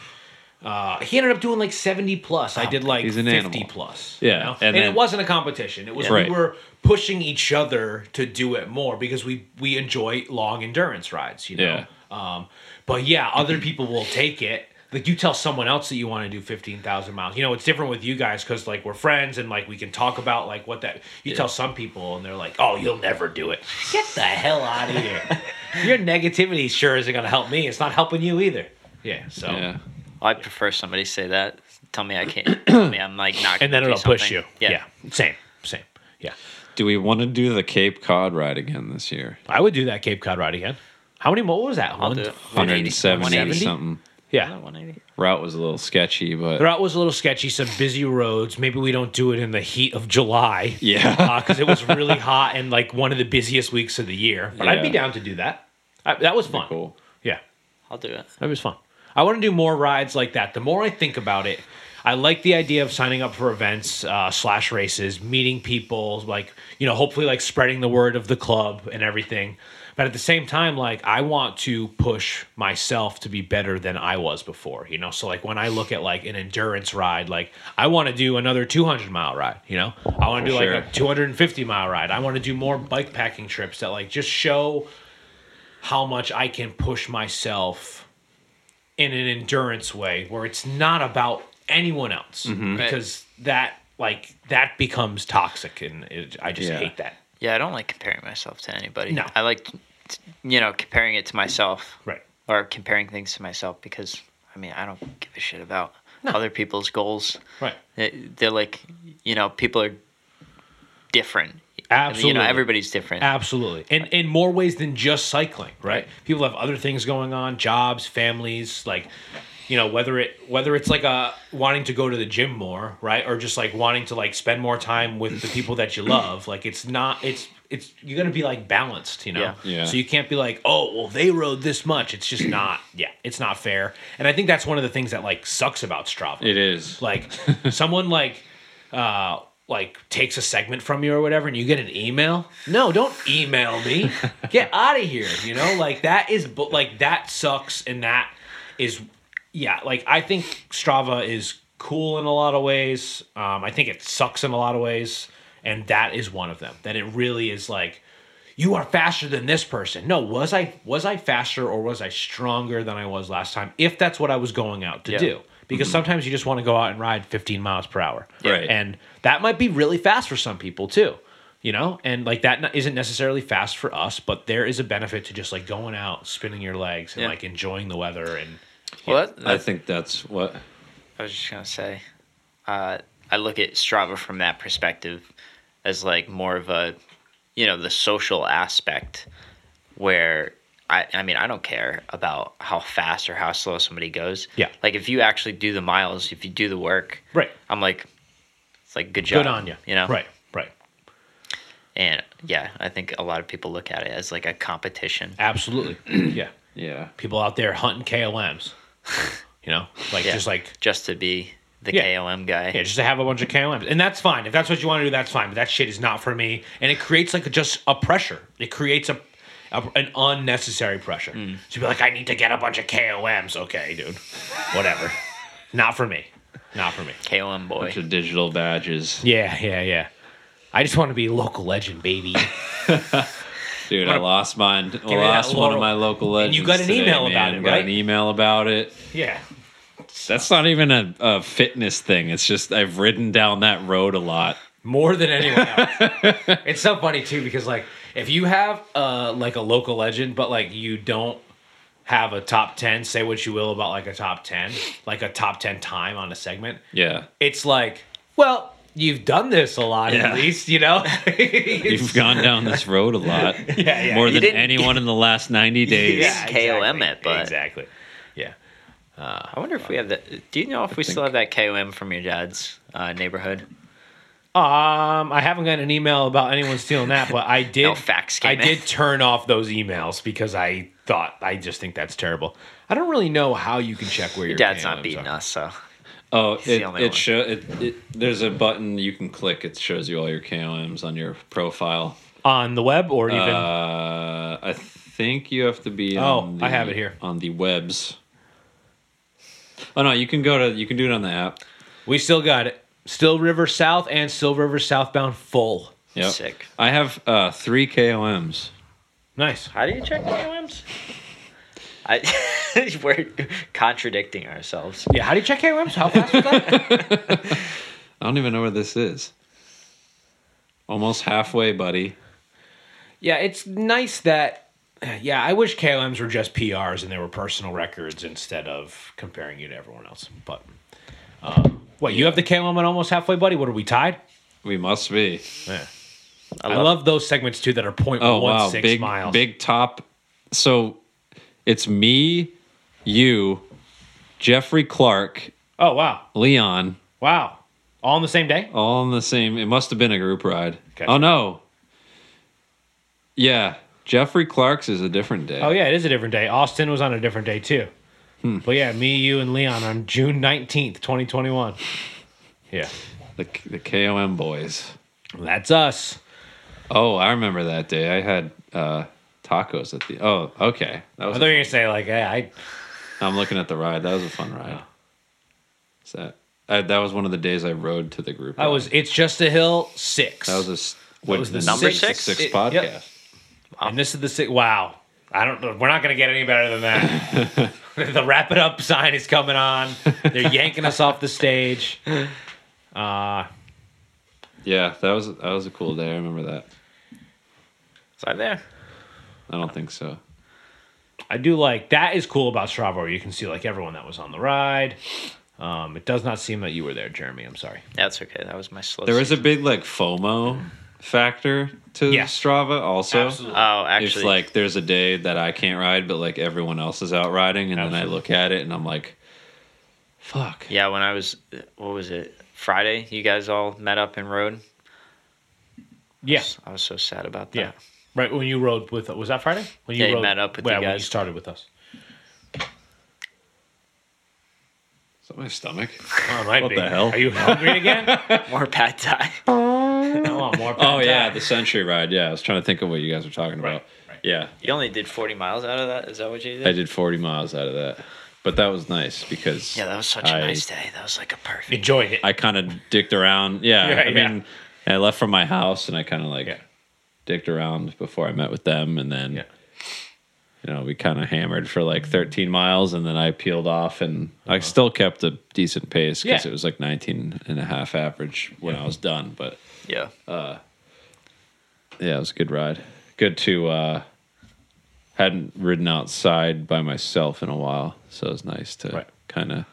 B: Uh, he ended up doing like 70 plus. I did like
D: he's an
B: 50
D: animal.
B: plus.
D: Yeah,
B: you know?
D: and
B: And,
D: then-
B: it wasn't a competition. It was
D: Right.
B: we were pushing each other to do it more because we we enjoy long endurance rides, you know. Um, but yeah, other people will take it. Like you tell someone else that you want to do 15,000 miles. You know, it's different with you guys cuz like we're friends and like we can talk about like what that you tell some people and they're like, "Oh, you'll never do it." Get the hell out of here. Your negativity sure isn't going to help me. It's not helping you either. Yeah, so
D: yeah.
C: I prefer somebody say that. Tell me I can't. tell me I'm like not.
B: and
C: gonna
B: then
C: do
B: it'll push
C: something.
B: you. Yeah. Same. Same. Yeah.
D: do we want to do the Cape Cod ride again this year?
B: I would do that Cape Cod ride again. How many more was that?
C: I'll do it.
D: 170
C: 180?
D: something.
B: Yeah.
C: 180.
D: Route was a little sketchy,
B: The
D: but
B: route was a little sketchy, some busy roads. Maybe we don't do it in the heat of July.
D: yeah,
B: because it was really hot and like one of the busiest weeks of the year. But I'd be
D: Yeah.
B: down to do that. I, that was fun.
D: cool.
B: Yeah,
C: I'll do it.
B: that was fun. I want to do more rides like that. The more I think about it, I like the idea of signing up for events uh, slash races, meeting people, like you know, hopefully like spreading the word of the club and everything. But at the same time, like I want to push myself to be better than I was before, you know. So like when I look at like an endurance ride, like I want to do another 200 mile ride, you know. I want to do
D: sure.
B: like a 250 mile ride. I want to do more bike packing trips that like just show how much I can push myself in an endurance way where it's not about anyone else because that like that becomes toxic and it, I just
D: Yeah.
B: hate that.
C: Yeah, I don't like comparing myself to anybody.
B: No.
C: I like, t- you know, comparing it to myself
B: Right.
C: or comparing things to myself because, I mean, I don't give a shit about other people's goals.
B: Right.
C: They- They're like, you know, people are different.
B: Absolutely.
C: You know, everybody's different.
B: Absolutely. And in more ways than just cycling, right? People have other things going on, jobs, families, like you know, whether it whether it's like a wanting to go to the gym more, right? Or just like wanting to like spend more time with the people that you love. Like it's not it's it's you're gonna be like balanced, you know.
C: Yeah.
D: Yeah.
B: So you can't be like, oh, well, they rode this much. It's just not, yeah, it's not fair. And I think that's one of the things that like sucks about Strava
D: it is.
B: like someone like uh like takes a segment from you or whatever and you get an email no don't email me get out of here you know like that is bu- like that sucks and that is yeah like i think strava is cool in a lot of ways um i think it sucks in a lot of ways and that is one of them that it really is like you are faster than this person no was i was i faster or was i stronger than i was last time if that's what i was going out to
C: Yeah. Mm-hmm.
B: do because sometimes you just want to go out and ride 15 miles per hour
D: Right.
B: and that might be really fast for some people too you know and like that not- isn't necessarily fast for us but there is a benefit to just like going out spinning your legs and
C: Yeah.
B: like enjoying the weather and
C: Well, that,
D: I think that's what.
C: I was just gonna say, uh, I look at Strava from that perspective as like more of a, you know, the social aspect, where I, I mean, I don't care about how fast or how slow somebody goes.
B: Yeah.
C: Like if you actually do the miles, if you do the work,
B: right
C: I'm like, it's like good job.
B: good on you
C: You know.
B: right right
C: And yeah, I think a lot of people look at it as like a competition.
B: absolutely yeah
D: Yeah,
B: people out there hunting klms you know like
C: Yeah.
B: just like
C: just to be the
B: Yeah.
C: KOM guy.
B: Yeah, just to have a bunch of KLMs. And that's fine. If that's what you want to do, that's fine. But that shit is not for me. And it creates like just a pressure. It creates a, a- an unnecessary pressure. To be like, I need to get a bunch of KOMs. Okay, dude. Whatever. not for me. Not for me.
C: KOM boy.
D: bunch of digital badges,
B: Yeah, yeah, yeah. I just want to be a local legend, baby.
D: dude. I lost mine. I
B: me that
D: lost one
B: laurel.
D: of my local legends.
B: you got an
D: today,
B: email about
D: man.
B: it,
D: Got
B: right?
D: an email about it.
B: yeah.
D: That's not even a, a fitness thing. It's just I've ridden down that road a lot.
B: more than anyone else. it's so funny too because like if you have uh like a local legend, but like you don't have a top ten, say what you will about like a top ten, like a top ten time on a segment,
D: Yeah,
B: it's like well. You've done this a lot,
D: Yeah.
B: at least, you know.
D: you've gone down this road a lot.
B: yeah, yeah.
D: More than
C: didn't-
D: anyone in the last ninety days.
C: Yeah. KOM it, but-
B: exactly. Yeah,
C: I wonder if we have that. Do you know if we still have that KOM from your dad's uh, neighborhood?
B: Um, I haven't gotten an email about anyone stealing that, but I did.
C: No fax came
B: I
C: in.
B: did turn off those emails because I thought I just think that's terrible. I don't really know how you can check where your
C: Dad's
B: KLMs
C: not beating
B: are.
C: us, so
D: Oh,
C: the
D: it,
C: only one.
D: it, show, it, it There's a button you can click. It shows you all your KOMs on your profile.
B: on the web or even.
D: Uh, I think you have to be.
B: Oh,
D: on the,
B: I have it here.
D: on the webs. Oh no, you can go to. You can do it on the app.
B: we still got it. Still River South and Still River Southbound full.
D: Yep.
C: sick.
D: I have uh, three KOMs.
B: Nice.
C: How do you check KOMs? I we're contradicting ourselves.
B: Yeah. How do you check KOMs? How fast was that?
D: I don't even know where this is. Almost halfway, buddy.
B: yeah, it's nice that. Yeah, I wish KLMs were just PRs and they were personal records instead of comparing you to everyone else. But um, uh, what you have the KLM at almost halfway, buddy? What are we tied?
D: We must be.
B: Yeah. I love those segments too that are point
D: Oh
B: one
D: wow,
B: six
D: big
B: miles.
D: big top. So it's me, you, Jeffrey Clark,
B: Oh wow,
D: Leon,
B: wow, all on the same day.
D: all in the same. It must have been a group ride.
B: Okay.
D: Oh no. Yeah, Jeffrey Clark's is a different day.
B: Oh yeah, it is a different day. Austin was on a different day too.
D: Hmm.
B: But yeah, me, you, and Leon on June nineteenth, twenty twenty one. Yeah,
D: The the KOM boys.
B: that's us.
D: Oh, I remember that day. I had uh, tacos at the. Oh, okay. That
B: I
D: was.
B: thought you were gonna say like, hey, I
D: I'm looking at the ride. That was a fun ride. Is that? I, that was one of the days I rode to the group.
B: that
D: ride.
B: was. It's just a hill six.
D: That was a s- what
B: was the
C: number
D: sixth-
C: six?
D: sixth
B: It-
D: podcast.
B: yep. and this is the six. Wow, I don't. know. We're not gonna get any better than that. the wrap it up sign is coming on. They're yanking us off the stage. Uh,
D: Yeah, that was that was a cool day. I remember that.
C: Is I there?
D: I don't think so.
B: I do like that is cool about Strava. Where you can see like everyone that was on the ride. Um, it does not seem that you were there, Jeremy. I'm sorry.
C: That's okay. That was my slow.
D: There is a big like FOMO factor to
B: Yeah.
D: Strava also.
C: Oh, actually,
D: If like there's a day that I can't ride, but like everyone else is out riding, and then I look at it and I'm like, "Fuck."
C: yeah. When I was, what was it? Friday, you guys all met up and rode.
B: Yeah,
C: I was so sad about that.
B: yeah. Right when you rode with was that Friday? When
C: Yeah, you
B: rode-
C: met up with
B: yeah,
C: you
B: when you
C: guys.
B: started with us.
D: Is that my stomach?
B: Oh, it might
D: What
B: be.
D: the hell?
B: Are you hungry again?
C: More pad thai.
B: I want more.
D: Oh
B: pad
D: yeah,
B: thai.
D: the Century Ride. Yeah, I was trying to think of what you guys were talking about. Yeah,
C: You only did forty miles out of that. Is that what you did?
D: I did 40 miles out of that, but that was nice because
C: Yeah, that was such a
D: I-
C: nice day. That was like a perfect.
B: enjoy it.
D: I kind of dicked around. Yeah,
B: Yeah,
D: I
B: yeah.
D: mean, I left from my house and I kind of like
B: Yeah.
D: dicked around before I met with them, and then
B: Yeah.
D: you know we kind of hammered for like 13 miles, and then I peeled off, and I still kept a decent pace because
B: Uh-huh. Yeah.
D: it was like 19 and a half average when I was done. But
C: Yeah.
D: yeah, it was a good ride. Good to uh hadn't ridden outside by myself in a while, so it was nice to
B: Right.
D: kind of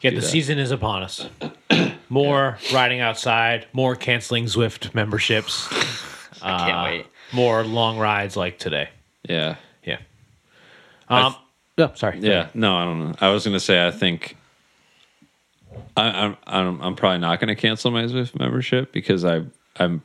B: Yeah,
D: do
B: the
D: that.
B: season is upon us. More riding outside, more canceling Zwift memberships,
C: I
D: Uh,
C: can't wait.
B: more long rides like today.
D: yeah.
B: Yeah. Um. oh, sorry.
D: Yeah, no, I don't know. I was gonna say I think I, I'm I'm I'm probably not gonna cancel my Zwift membership because I I'm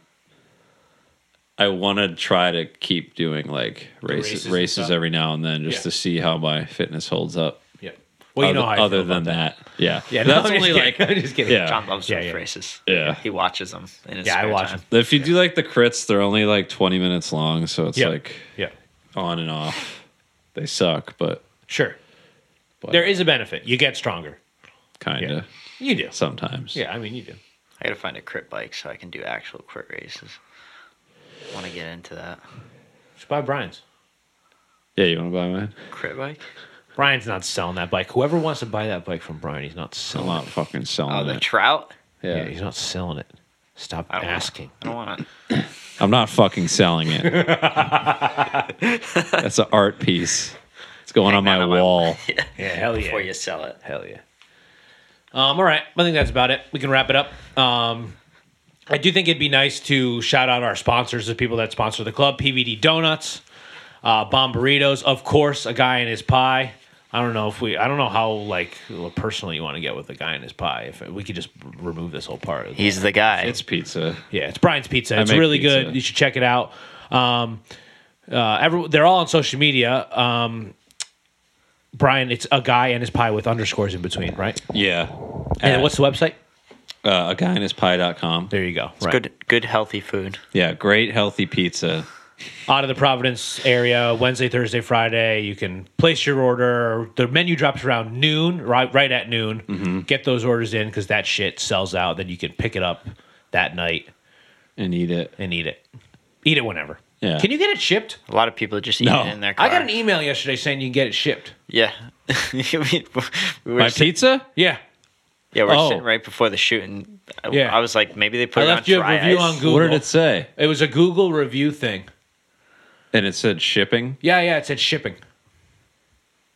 D: I want to try to keep doing like races
B: races
D: races,
B: and stuff.
D: every now and then just
B: Yeah.
D: to see how my fitness holds up.
B: Yeah. Well, you
D: other
B: know how I
D: other
B: feel about
D: than that. yeah,
B: Yeah, no,
D: that's
B: I'm just
D: only like
B: kidding. I'm just kidding.
D: yeah.
C: John loves
B: Yeah,
C: those
B: yeah.
C: races.
D: Yeah.
C: He watches them. In his
B: Yeah, I
C: spare
B: watch
C: time.
B: them.
D: If you do like the crits, they're only like 20 minutes long, so it's
B: Yep.
D: like
B: Yeah.
D: on and off. They suck, but,
B: Sure.
D: but
B: There is a benefit. You get stronger.
D: kind of
B: You do.
D: sometimes.
B: Yeah, I mean you do.
C: I gotta find a crit bike so I can do actual crit races. I want to get into that
B: Just buy Brian's.
D: Yeah, you want to buy mine?
C: crit bike.
B: Brian's not selling that bike. Whoever wants to buy that bike from Brian, he's not
D: I'm
B: selling.
D: not fucking selling
C: Oh, the
D: it.
C: trout.
B: it.
D: yeah.
B: Yeah, he's not selling it. Stop
C: I don't wanna-
B: asking.
C: I don't want to.
D: I'm not fucking selling it. That's an art piece. It's going on
C: Hang
D: my,
C: that on my
D: wall.
B: Yeah, hell yeah.
C: Before you sell it.
B: Hell yeah. Um, all right. I think that's about it. We can wrap it up. Um, I do think it'd be nice to shout out our sponsors, the people that sponsor the club PVD Donuts, uh, Bomb Burritos, of course, a guy in his pie. I don't know if we, I don't know how like personally you want to get with a guy in his pie. If we could just remove this whole part. Of
C: He's the guy.
D: It's pizza.
B: yeah, it's Brian's Pizza. It's
D: make
B: really
D: pizza.
B: good. You should check it out. Um, uh, every, they're all on social media. Um, Brian, it's a guy and his pie with underscores in between, right?
D: Yeah.
B: And
D: At,
B: what's the website?
D: uh, a guy in his pie.com.
B: There you go. Right.
C: good, good healthy food.
D: Yeah, great healthy pizza.
B: Out of the Providence area, Wednesday, Thursday, Friday. You can place your order. The menu drops around noon, right, right at noon.
C: Mm-hmm.
B: Get those orders in because that shit sells out. Then you can pick it up that night
D: And eat it.
B: and eat it. Eat it whenever.
D: Yeah.
B: Can you get it shipped?
C: A lot of people just eat
D: No.
C: it in their car.
B: I got an email yesterday saying you can get it shipped.
C: Yeah. we were
D: My
C: sit-
D: pizza?
B: Yeah.
C: yeah, we we're
D: Oh.
C: sitting right before the shoot, and I,
B: Yeah.
C: I was like, maybe they put
B: I
C: it
B: left
C: on
B: you a
C: dry
B: review
C: ice.
B: on Google.
D: What did it say?
B: It was a Google review thing.
D: And it said shipping.
B: Yeah, yeah. It said shipping.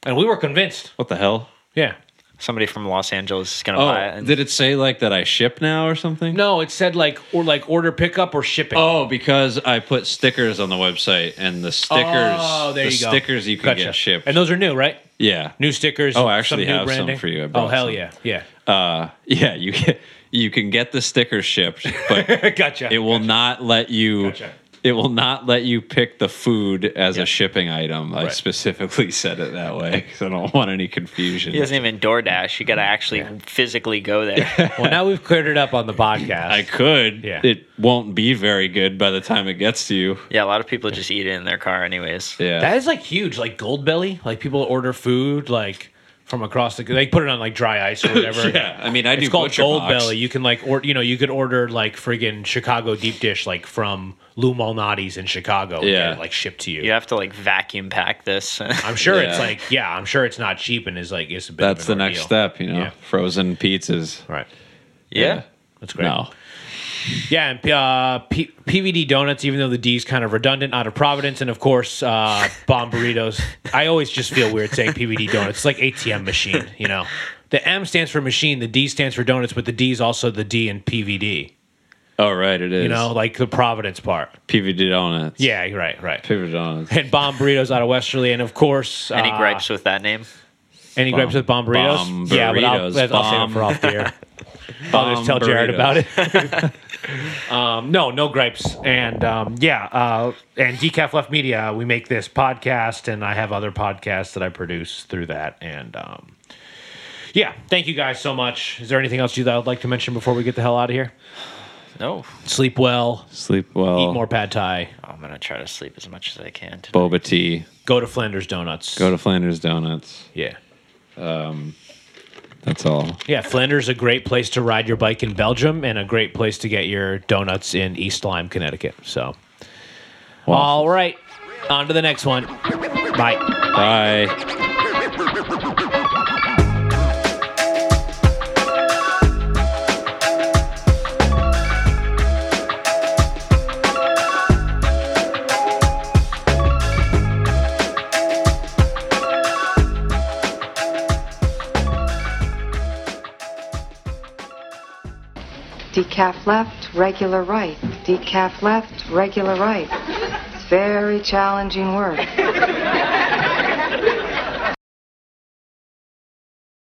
B: And we were convinced.
D: What the hell?
B: Yeah.
C: Somebody from Los Angeles is gonna buy it.
D: Oh,
C: And,
D: did it say like that I ship now or something?
B: No, it said like or like order pickup or shipping.
D: Oh, because I put stickers on the website, and the stickers,
B: Oh, there
D: the
B: you go.
D: stickers you can
B: Gotcha.
D: get shipped.
B: And those are new, right?
D: yeah,
B: New stickers.
D: Oh, I actually
B: new
D: have some
B: branding.
D: for you. I
B: Oh,
D: brought
B: hell
D: some.
B: yeah, yeah.
D: uh, yeah, you can, you can get the stickers shipped, but
B: gotcha.
D: it will not let you.
B: Gotcha.
D: It will not let you pick the food as a shipping item. I
B: Right.
D: specifically said it that way because I don't want any confusion.
C: he doesn't even DoorDash. You gotta actually physically go there.
B: well, now we've cleared it up on the podcast.
D: I could.
B: Yeah.
D: It won't be very good by the time it gets to you.
C: yeah, a lot of people just eat it in their car, anyways.
D: Yeah.
B: That is like huge, like Gold Belly. Like people order food like from across the. They put it on like dry ice or whatever.
D: yeah. I mean, I
B: It's
D: do
B: called
D: Butcher
B: Gold
D: Box.
B: Belly. You can like, or you know, you could order like friggin' Chicago deep dish, like from Lou Malnati's in Chicago. and
D: Yeah.
B: get it, like shipped to you.
C: You have to like vacuum pack this.
B: I'm sure it's
D: Yeah.
B: like, yeah, I'm sure it's not cheap and is like, it's a bit.
D: That's
B: of
D: the
B: an
D: next
B: ordeal.
D: step, you know.
B: Yeah.
D: Frozen pizzas.
B: Right.
C: yeah.
B: That's great.
D: No.
B: Yeah, and uh, P- PVD Donuts, even though the D's kind of redundant, out of Providence, and of course, uh, Bomb Burritos. I always just feel weird saying PVD Donuts. It's like ATM machine, you know. The M stands for machine, the D stands for donuts, but the D is also the D in PVD,
D: Oh, right. It is.
B: you know, like the Providence part.
D: PVD donuts.
B: Yeah, you're right, right.
D: PVD donuts.
B: And Bomb Burritos out of Westerly, and of course,
C: Any
B: uh,
C: gripes with that name?
B: Any gripes with Bomb Burritos?
D: Bomb
B: yeah, but I'll, I'll
D: Burritos,
B: say that
D: Bomb-
B: for off the air. Others tell Jared
D: Burritos.
B: about it. um, no, no gripes. And um, yeah, uh, and Decaf Left Media, we make this podcast, and I have other podcasts that I produce through that. And um, yeah, thank you guys so much. Is there anything else you that I'd like to mention before we get the hell out of here?
C: No.
B: Sleep well,
D: Sleep well.
B: eat more pad thai,
C: Oh, I'm gonna try to sleep as much as I can. today.
D: Boba tea.
B: go to Flanders Donuts.
D: Go to Flanders Donuts.
B: yeah.
D: That's all.
B: Yeah, Flanders is a great place to ride your bike in Belgium and a great place to get your donuts in East Lyme, Connecticut. So, all right, on to the next one. Bye.
D: Bye.
G: Decaf left, regular right. Decaf left, regular right. It's very challenging work.